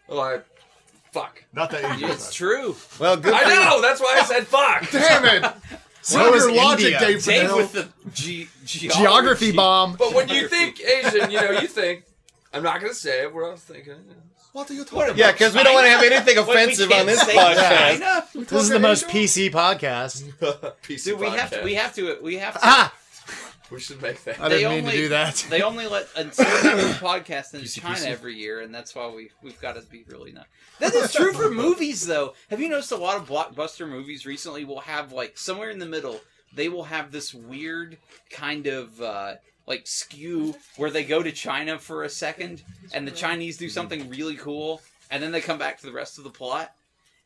Speaker 5: Well, Oh, I, fuck.
Speaker 6: Not that Asian.
Speaker 3: Yeah, it's true.
Speaker 7: well, good.
Speaker 5: I
Speaker 7: for you.
Speaker 5: know. That's why I said
Speaker 7: (laughs)
Speaker 5: fuck.
Speaker 6: Damn it!
Speaker 4: So is India.
Speaker 3: Dave
Speaker 6: Dave Fidel?
Speaker 3: with the ge- geology.
Speaker 4: geography bomb.
Speaker 5: But when you think Asian, you
Speaker 7: (laughs)
Speaker 5: know, you think. I'm not gonna say it. What I was thinking.
Speaker 6: What are you
Speaker 3: What
Speaker 6: talking
Speaker 3: about
Speaker 6: about?
Speaker 7: Yeah, because we don't want to have anything
Speaker 3: What, we
Speaker 7: offensive
Speaker 3: can't
Speaker 7: on this
Speaker 3: say
Speaker 7: podcast.
Speaker 3: China?
Speaker 4: This is the most PC podcast.
Speaker 6: (laughs)
Speaker 7: (laughs)
Speaker 5: PC
Speaker 3: Dude, we have to.
Speaker 5: podcast.
Speaker 3: We have to. We have to.
Speaker 4: Ah,
Speaker 5: We should make that.
Speaker 4: I
Speaker 3: They
Speaker 4: didn't mean
Speaker 3: only-
Speaker 4: to do that.
Speaker 3: (laughs) They only let a certain podcast in
Speaker 7: PC.
Speaker 3: China every year, and that's why we we've got to be really nice. That is true for movies, though. Have you noticed a lot of blockbuster movies recently will have like somewhere in the middle? They will have this weird kind of uh, like skew where they go to China for a second, and the Chinese do something really cool, and then they come back to the rest of the plot.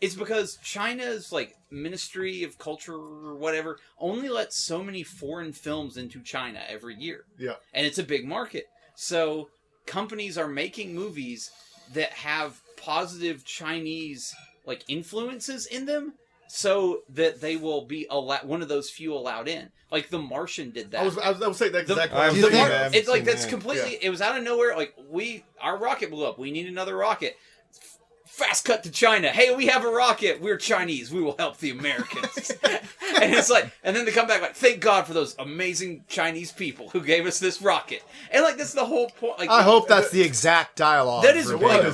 Speaker 3: It's because China's like Ministry of Culture or whatever only lets so many foreign films into China every year.
Speaker 6: Yeah.
Speaker 3: And it's a big market. So companies are making movies that have positive Chinese like influences in them so that they will be allo- one of those few allowed in. Like The Martian did that.
Speaker 6: I was, I was, I was saying that
Speaker 3: The-
Speaker 6: exactly.
Speaker 7: I'm
Speaker 4: You
Speaker 3: The
Speaker 7: thinking
Speaker 4: think-
Speaker 3: Mar-
Speaker 7: that, I haven't
Speaker 3: it's like
Speaker 7: seen
Speaker 3: that's
Speaker 7: that.
Speaker 3: completely. It was out of nowhere. Like we, our rocket blew up. We need another rocket. F- Fast cut to China. Hey, we have a rocket. We're Chinese. We will help the
Speaker 4: (laughs)
Speaker 3: Americans. and it's like, and then they come back like, thank God for those amazing Chinese people who gave us this rocket. And like, that's the whole point. Like,
Speaker 4: I hope that's the exact dialogue.
Speaker 3: that is
Speaker 4: verbatim.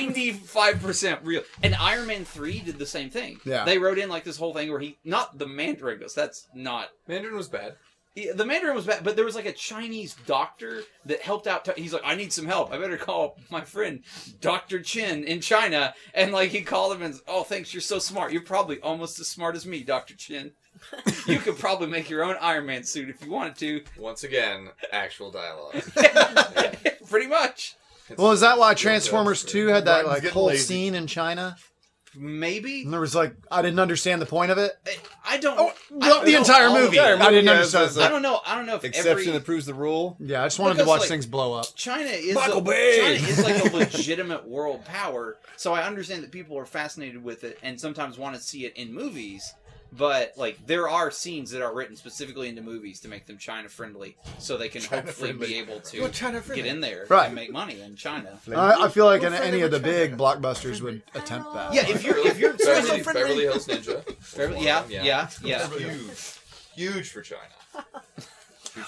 Speaker 3: ninety-five percent real. And Iron Man three did the same thing.
Speaker 4: Yeah.
Speaker 3: they wrote in like this whole thing where he not the Mandarin goes. That's not
Speaker 5: Mandarin was bad.
Speaker 3: yeah, the Mandarin was bad, but there was like a Chinese doctor that helped out. Ti- He's like, I need some help. I better call my friend Doctor Chin in China, and like he called him and, oh, thanks, you're so smart. You're probably almost as smart as me, Doctor Chin. you could probably make your own Iron Man suit if you wanted to.
Speaker 5: Once again, actual dialogue.
Speaker 3: (laughs) Pretty much,
Speaker 4: Well, is that why Transformers
Speaker 5: Yeah,
Speaker 4: 2 had that
Speaker 6: Martin's
Speaker 4: like
Speaker 6: getting
Speaker 4: whole
Speaker 6: lazy.
Speaker 4: scene in China?
Speaker 3: maybe.
Speaker 4: And there was like I didn't understand the point of it.
Speaker 3: I don't. I
Speaker 4: Oh, the,
Speaker 3: don't know
Speaker 4: entire
Speaker 3: all of
Speaker 4: movie.
Speaker 3: it.
Speaker 6: (laughs)
Speaker 4: I didn't
Speaker 7: Yeah,
Speaker 4: understand.
Speaker 7: it's
Speaker 3: I
Speaker 7: like-
Speaker 3: don't know. I don't know if
Speaker 7: Exception
Speaker 3: every
Speaker 7: that proves the rule.
Speaker 4: yeah, I just wanted to
Speaker 3: Because,
Speaker 4: watch
Speaker 3: like-
Speaker 4: things blow up.
Speaker 3: China is
Speaker 7: Michael
Speaker 3: a,
Speaker 7: Bay.
Speaker 3: China
Speaker 7: (laughs)
Speaker 3: is like a legitimate world power, so I understand that people are fascinated with it and sometimes want to see it in movies. But like, there are scenes that are written specifically into movies to make them China friendly, so they can hopefully be able to
Speaker 6: Well, China
Speaker 3: get
Speaker 6: friendly.
Speaker 3: in there
Speaker 4: Right.
Speaker 3: and make money in China.
Speaker 4: I, I feel like
Speaker 6: We're
Speaker 4: in,
Speaker 6: friendly
Speaker 4: any of the
Speaker 6: with
Speaker 4: big
Speaker 6: China.
Speaker 4: blockbusters would attempt that.
Speaker 3: Yeah, if you're if you're
Speaker 5: (laughs) Beverly,
Speaker 3: Beverly-
Speaker 5: Beverly Hills Ninja. was one,
Speaker 3: yeah, yeah, yeah.
Speaker 5: Huge, huge for China.
Speaker 4: (laughs)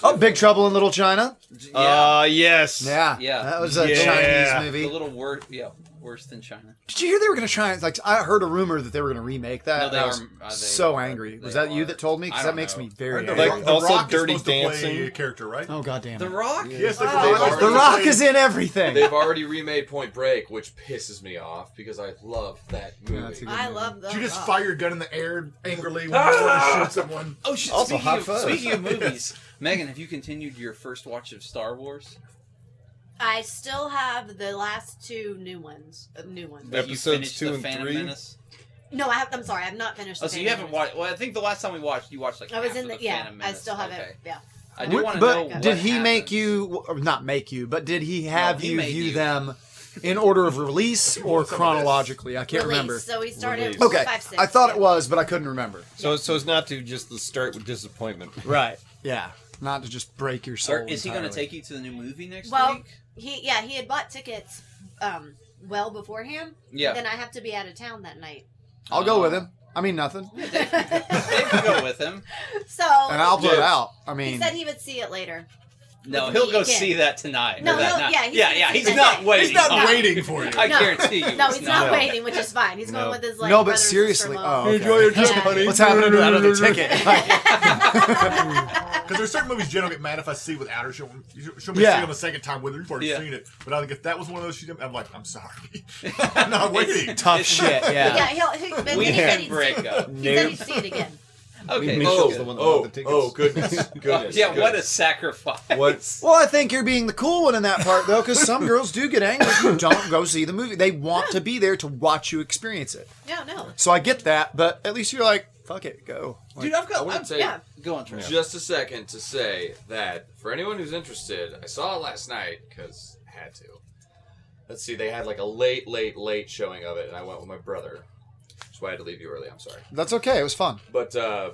Speaker 4: Oh, Big Trouble in Little China.
Speaker 3: yeah.
Speaker 7: Uh, yes.
Speaker 4: Yeah,
Speaker 3: Yeah.
Speaker 4: that was a
Speaker 7: Yeah.
Speaker 4: Chinese
Speaker 3: a
Speaker 4: movie.
Speaker 3: little worse, yeah, worse than China.
Speaker 4: Did you hear they were going to try? and Like I heard a rumor that they were going to remake that.
Speaker 3: No, they
Speaker 4: and I
Speaker 3: are-
Speaker 4: was
Speaker 3: uh, they-
Speaker 4: so angry. Was
Speaker 3: they
Speaker 4: that you
Speaker 3: are.
Speaker 4: that told me? Because
Speaker 3: I
Speaker 4: that
Speaker 3: don't
Speaker 4: makes
Speaker 3: know.
Speaker 4: me very
Speaker 6: The
Speaker 4: angry.
Speaker 7: Like,
Speaker 6: the
Speaker 7: also
Speaker 6: Rock is
Speaker 7: Dirty
Speaker 6: supposed to play
Speaker 7: Dancing.
Speaker 6: a character, right?
Speaker 4: oh god damn it!
Speaker 3: The Rock.
Speaker 6: Yes, they
Speaker 2: Wow.
Speaker 6: play-
Speaker 4: The
Speaker 5: They've
Speaker 4: Rock is
Speaker 6: played-
Speaker 4: in everything.
Speaker 5: They've already remade Point Break, which pisses me off because I love that movie.
Speaker 4: that's a good-
Speaker 2: I love those.
Speaker 6: You
Speaker 7: Ah.
Speaker 6: just fire your gun in the air angrily when you want to shoot someone.
Speaker 3: Oh shit!
Speaker 7: Also
Speaker 3: speaking,
Speaker 7: hot
Speaker 3: of,
Speaker 7: fuzz. (laughs)
Speaker 3: speaking of movies, Megan, have you continued your first watch of Star Wars?
Speaker 2: I still have the last two new ones. uh, new ones.
Speaker 3: But you
Speaker 7: Episodes
Speaker 3: finished
Speaker 7: two
Speaker 3: the
Speaker 7: and
Speaker 3: Phantom
Speaker 7: three?
Speaker 3: Menace?
Speaker 2: No, I have, I'm sorry. I've not finished.
Speaker 3: Oh,
Speaker 2: the
Speaker 3: so you
Speaker 2: Phantom
Speaker 3: haven't
Speaker 2: Menace.
Speaker 3: watched? Well, I think the last time we watched, you watched like.
Speaker 2: I was
Speaker 3: half
Speaker 2: in the,
Speaker 3: of
Speaker 2: yeah.
Speaker 3: Phantom
Speaker 2: I
Speaker 3: Menace.
Speaker 2: still haven't.
Speaker 3: Okay.
Speaker 2: Yeah.
Speaker 3: I do want to know.
Speaker 4: but
Speaker 3: what
Speaker 4: did he make
Speaker 3: happens.
Speaker 4: you or not make you but did he have
Speaker 3: he
Speaker 4: you
Speaker 3: made
Speaker 4: view
Speaker 3: you.
Speaker 4: them in order
Speaker 3: (laughs)
Speaker 4: of release or
Speaker 6: this.
Speaker 4: chronologically i can't
Speaker 2: Release.
Speaker 4: remember
Speaker 2: So we started.
Speaker 7: Release.
Speaker 2: with
Speaker 4: okay
Speaker 2: Five, six,
Speaker 4: i thought it
Speaker 2: yeah.
Speaker 4: was but i couldn't remember
Speaker 7: So, so as not to just start with disappointment.
Speaker 4: right yeah not to just break your soul
Speaker 3: Or is he going to
Speaker 4: entirely.
Speaker 3: take you to the new movie next
Speaker 2: Well,
Speaker 3: week?
Speaker 2: He yeah he had bought tickets, um, well beforehand. (laughs)
Speaker 3: Yeah.
Speaker 2: Then I have to be out of town that night.
Speaker 4: i'll go
Speaker 3: Uh-huh.
Speaker 4: with him i mean nothing
Speaker 3: Dave can go with him.
Speaker 2: (laughs) So
Speaker 4: and i'll put it
Speaker 7: Yes.
Speaker 4: out i
Speaker 2: he
Speaker 4: mean
Speaker 2: said he would see it later.
Speaker 3: No,
Speaker 2: With
Speaker 3: he'll
Speaker 2: me
Speaker 3: go
Speaker 2: again.
Speaker 3: see that tonight.
Speaker 2: No,
Speaker 3: or that
Speaker 2: he'll-
Speaker 3: night.
Speaker 2: yeah, he's
Speaker 3: yeah,
Speaker 2: gonna
Speaker 3: yeah.
Speaker 2: see
Speaker 3: He's
Speaker 2: that
Speaker 3: not
Speaker 2: night.
Speaker 3: waiting.
Speaker 6: He's not
Speaker 3: No.
Speaker 6: waiting for you.
Speaker 3: I
Speaker 2: No.
Speaker 3: guarantee you.
Speaker 2: No, he's not
Speaker 7: No.
Speaker 2: waiting, which is fine. He's
Speaker 7: No.
Speaker 2: going with his like.
Speaker 4: no
Speaker 2: brother
Speaker 4: but
Speaker 2: and
Speaker 4: seriously
Speaker 2: sister-in-law.
Speaker 4: oh okay.
Speaker 7: Enjoy your
Speaker 2: Yeah.
Speaker 7: trip, honey.
Speaker 4: what's happening to that other
Speaker 7: (laughs)
Speaker 4: ticket
Speaker 6: (laughs)
Speaker 4: Like,
Speaker 6: Because there's certain movies Jen will get mad if I see without her. She'll, she'll be
Speaker 4: Yeah.
Speaker 6: seeing them a second time with her. You've already
Speaker 3: Yeah.
Speaker 6: seen it. But I think if that was one of those, she's, I'm like, I'm sorry. (laughs) I'm not waiting.
Speaker 4: tough shit
Speaker 2: Yeah,
Speaker 4: yeah
Speaker 2: he'll. He, but then
Speaker 3: We
Speaker 2: he said
Speaker 3: can
Speaker 2: he'd (laughs)
Speaker 3: break up.
Speaker 2: See, he said he'd see it again.
Speaker 3: Okay.
Speaker 7: missed
Speaker 3: Oh,
Speaker 5: Oh,
Speaker 7: Mitchell's the one that bought
Speaker 5: oh,
Speaker 7: the tickets.
Speaker 5: oh,
Speaker 6: (laughs)
Speaker 5: goodness, goodness.
Speaker 3: yeah. What a
Speaker 5: goodness.
Speaker 3: sacrifice.
Speaker 7: What?
Speaker 4: well, I think you're being the cool one in that part, though, because some girls do get angry. if you Don't go see the movie. They want to be there to watch you experience it.
Speaker 2: No, no.
Speaker 4: So I get that, but at least you're like, fuck it, go. Like,
Speaker 3: Dude, I've
Speaker 5: I
Speaker 3: got.
Speaker 5: want
Speaker 3: I'm,
Speaker 5: to say
Speaker 2: Yeah.
Speaker 3: go on, Trent.
Speaker 5: just a second to say that for anyone who's interested, I saw it last night because I had to. Let's see, they had like a late, late, late showing of it, and I went with my brother. That's why I had to leave you early. I'm sorry.
Speaker 4: that's okay. It was fun.
Speaker 5: But uh,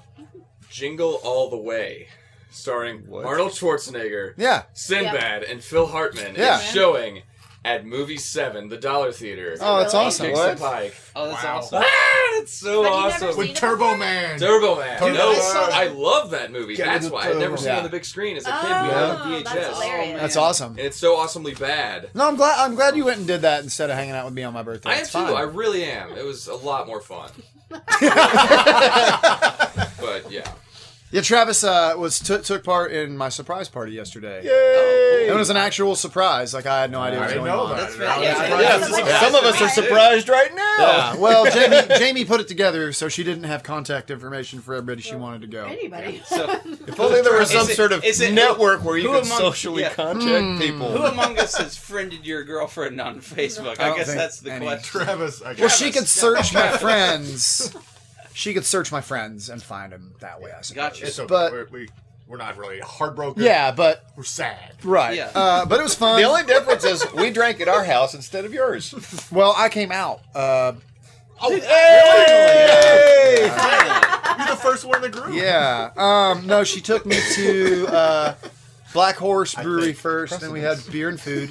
Speaker 5: Jingle All the Way, starring
Speaker 7: What?
Speaker 5: Arnold Schwarzenegger,
Speaker 4: Yeah.
Speaker 5: Sinbad, and Phil Hartman,
Speaker 4: Yeah.
Speaker 5: is showing at Movie 7, the Dollar Theater.
Speaker 4: Oh, that's
Speaker 2: Really?
Speaker 4: awesome.
Speaker 5: Dixie
Speaker 7: what?
Speaker 5: Pike.
Speaker 3: Oh, that's
Speaker 6: Wow.
Speaker 3: awesome.
Speaker 5: Ah, that's
Speaker 2: But you
Speaker 5: so
Speaker 2: never
Speaker 5: awesome.
Speaker 2: seen
Speaker 6: With
Speaker 2: it
Speaker 6: Turbo
Speaker 2: before?
Speaker 6: Man.
Speaker 5: Turbo Man.
Speaker 6: Turbo
Speaker 5: no,
Speaker 6: Man.
Speaker 5: I saw- I love that movie.
Speaker 7: Get
Speaker 5: that's
Speaker 7: the
Speaker 5: why I'd never seen it
Speaker 4: Yeah.
Speaker 5: on the big screen as a kid. we had it
Speaker 2: Oh,
Speaker 5: on VHS.
Speaker 2: that's hilarious.
Speaker 4: That's awesome.
Speaker 5: And it's so awesomely bad.
Speaker 4: No, I'm glad. I'm glad you went and did that instead of hanging out with me on my birthday.
Speaker 5: I am
Speaker 4: it's
Speaker 5: too.
Speaker 4: fine.
Speaker 5: I really am. It was a lot
Speaker 2: (laughs)
Speaker 5: more fun. but yeah.
Speaker 4: Yeah, Travis uh, was took took part in my surprise party yesterday.
Speaker 7: Yay! Oh,
Speaker 4: It was an actual surprise. Like I had no idea
Speaker 6: I
Speaker 4: what was
Speaker 6: didn't
Speaker 4: going
Speaker 6: know
Speaker 4: on.
Speaker 6: that.
Speaker 3: That's
Speaker 6: And
Speaker 3: right.
Speaker 6: I was surprised.
Speaker 3: Yeah.
Speaker 6: This is
Speaker 2: Yeah.
Speaker 7: Some of us are
Speaker 2: Surprise.
Speaker 7: surprised right now.
Speaker 4: Yeah. (laughs) Well, Jamie Jamie put it together, so she didn't have contact information for everybody she wanted to go.
Speaker 2: Anybody. (laughs)
Speaker 3: So,
Speaker 7: If only there was
Speaker 3: Is
Speaker 7: some
Speaker 3: it-
Speaker 7: sort of
Speaker 3: is it-
Speaker 7: network where you
Speaker 3: who
Speaker 7: could
Speaker 3: among-
Speaker 7: socially
Speaker 3: yeah.
Speaker 7: contact
Speaker 4: Hmm.
Speaker 7: people.
Speaker 3: Who among us has friended your girlfriend on Facebook? I,
Speaker 4: don't
Speaker 3: guess
Speaker 4: think
Speaker 3: that's the
Speaker 4: any.
Speaker 3: question.
Speaker 6: (laughs) Travis, I
Speaker 4: Well,
Speaker 6: guess.
Speaker 4: she could search my friends. (laughs) She could search my friends and find them that way. I suppose.
Speaker 3: Gotcha.
Speaker 6: It's okay.
Speaker 4: but-
Speaker 6: we're, we, we're not really heartbroken.
Speaker 4: Yeah, but
Speaker 6: We're sad.
Speaker 4: right.
Speaker 3: Yeah.
Speaker 4: Uh, but it was fun.
Speaker 7: The only difference is we drank at our house instead of (laughs) yours.
Speaker 4: well, I came out. Uh,
Speaker 6: Oh,
Speaker 7: Hey!
Speaker 6: you're the first one in the group.
Speaker 4: Yeah. Um, no, she took me to uh, Black Horse Brewery first, and we had beer and food.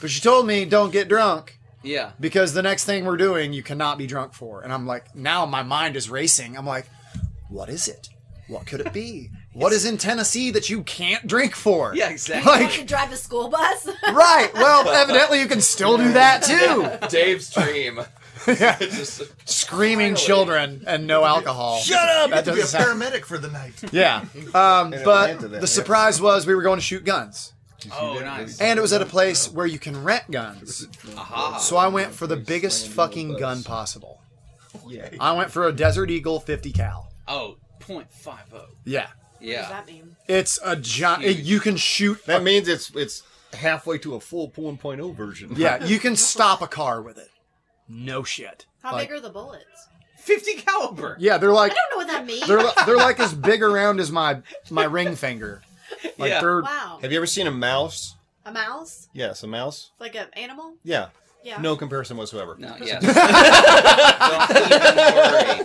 Speaker 4: But she told me don't get drunk.
Speaker 3: Yeah.
Speaker 4: because the next thing we're doing you cannot be drunk for and i'm like now my mind is racing i'm like what is it what could it be what is in tennessee that you can't drink for
Speaker 3: Yeah, exactly.
Speaker 2: Like,
Speaker 4: like
Speaker 2: to drive a school (laughs) bus?
Speaker 4: right well evidently you can still do that too
Speaker 5: Dave's dream.
Speaker 4: Yeah.
Speaker 5: Just
Speaker 4: screaming children and no alcohol
Speaker 6: Shut
Speaker 4: That
Speaker 6: up! you have to
Speaker 4: doesn't
Speaker 6: be a paramedic for the night.
Speaker 4: yeah um,
Speaker 7: it went
Speaker 4: but
Speaker 7: into that, yeah.
Speaker 4: the surprise was we were going to shoot guns
Speaker 3: Oh, nice.
Speaker 4: and it was at a place where you can rent guns
Speaker 3: Aha.
Speaker 4: So I went for the biggest fucking gun possible. I went for a Desert Eagle 50 cal.
Speaker 3: Oh, point five oh.
Speaker 4: Yeah.
Speaker 2: What does
Speaker 3: Yeah.
Speaker 2: that mean?
Speaker 4: It's a giant.
Speaker 3: Huge.
Speaker 4: You can shoot.
Speaker 7: That means it's it's halfway to a full 1.0 version.
Speaker 4: Yeah, you can stop a car with it. No shit.
Speaker 2: How
Speaker 4: Like-
Speaker 2: big are the bullets?
Speaker 3: Fifty caliber.
Speaker 4: Yeah, they're like
Speaker 2: (laughs) I don't know what that means.
Speaker 4: they're they're like as big around as my my ring finger. Like
Speaker 3: Yeah.
Speaker 4: they're
Speaker 2: wow.
Speaker 7: (laughs) Have you ever seen a mouse?
Speaker 2: A mouse?
Speaker 7: Yes, a mouse.
Speaker 2: Like an animal?
Speaker 7: Yeah.
Speaker 2: Yeah.
Speaker 7: No comparison whatsoever.
Speaker 3: No, yes. Don't even worry.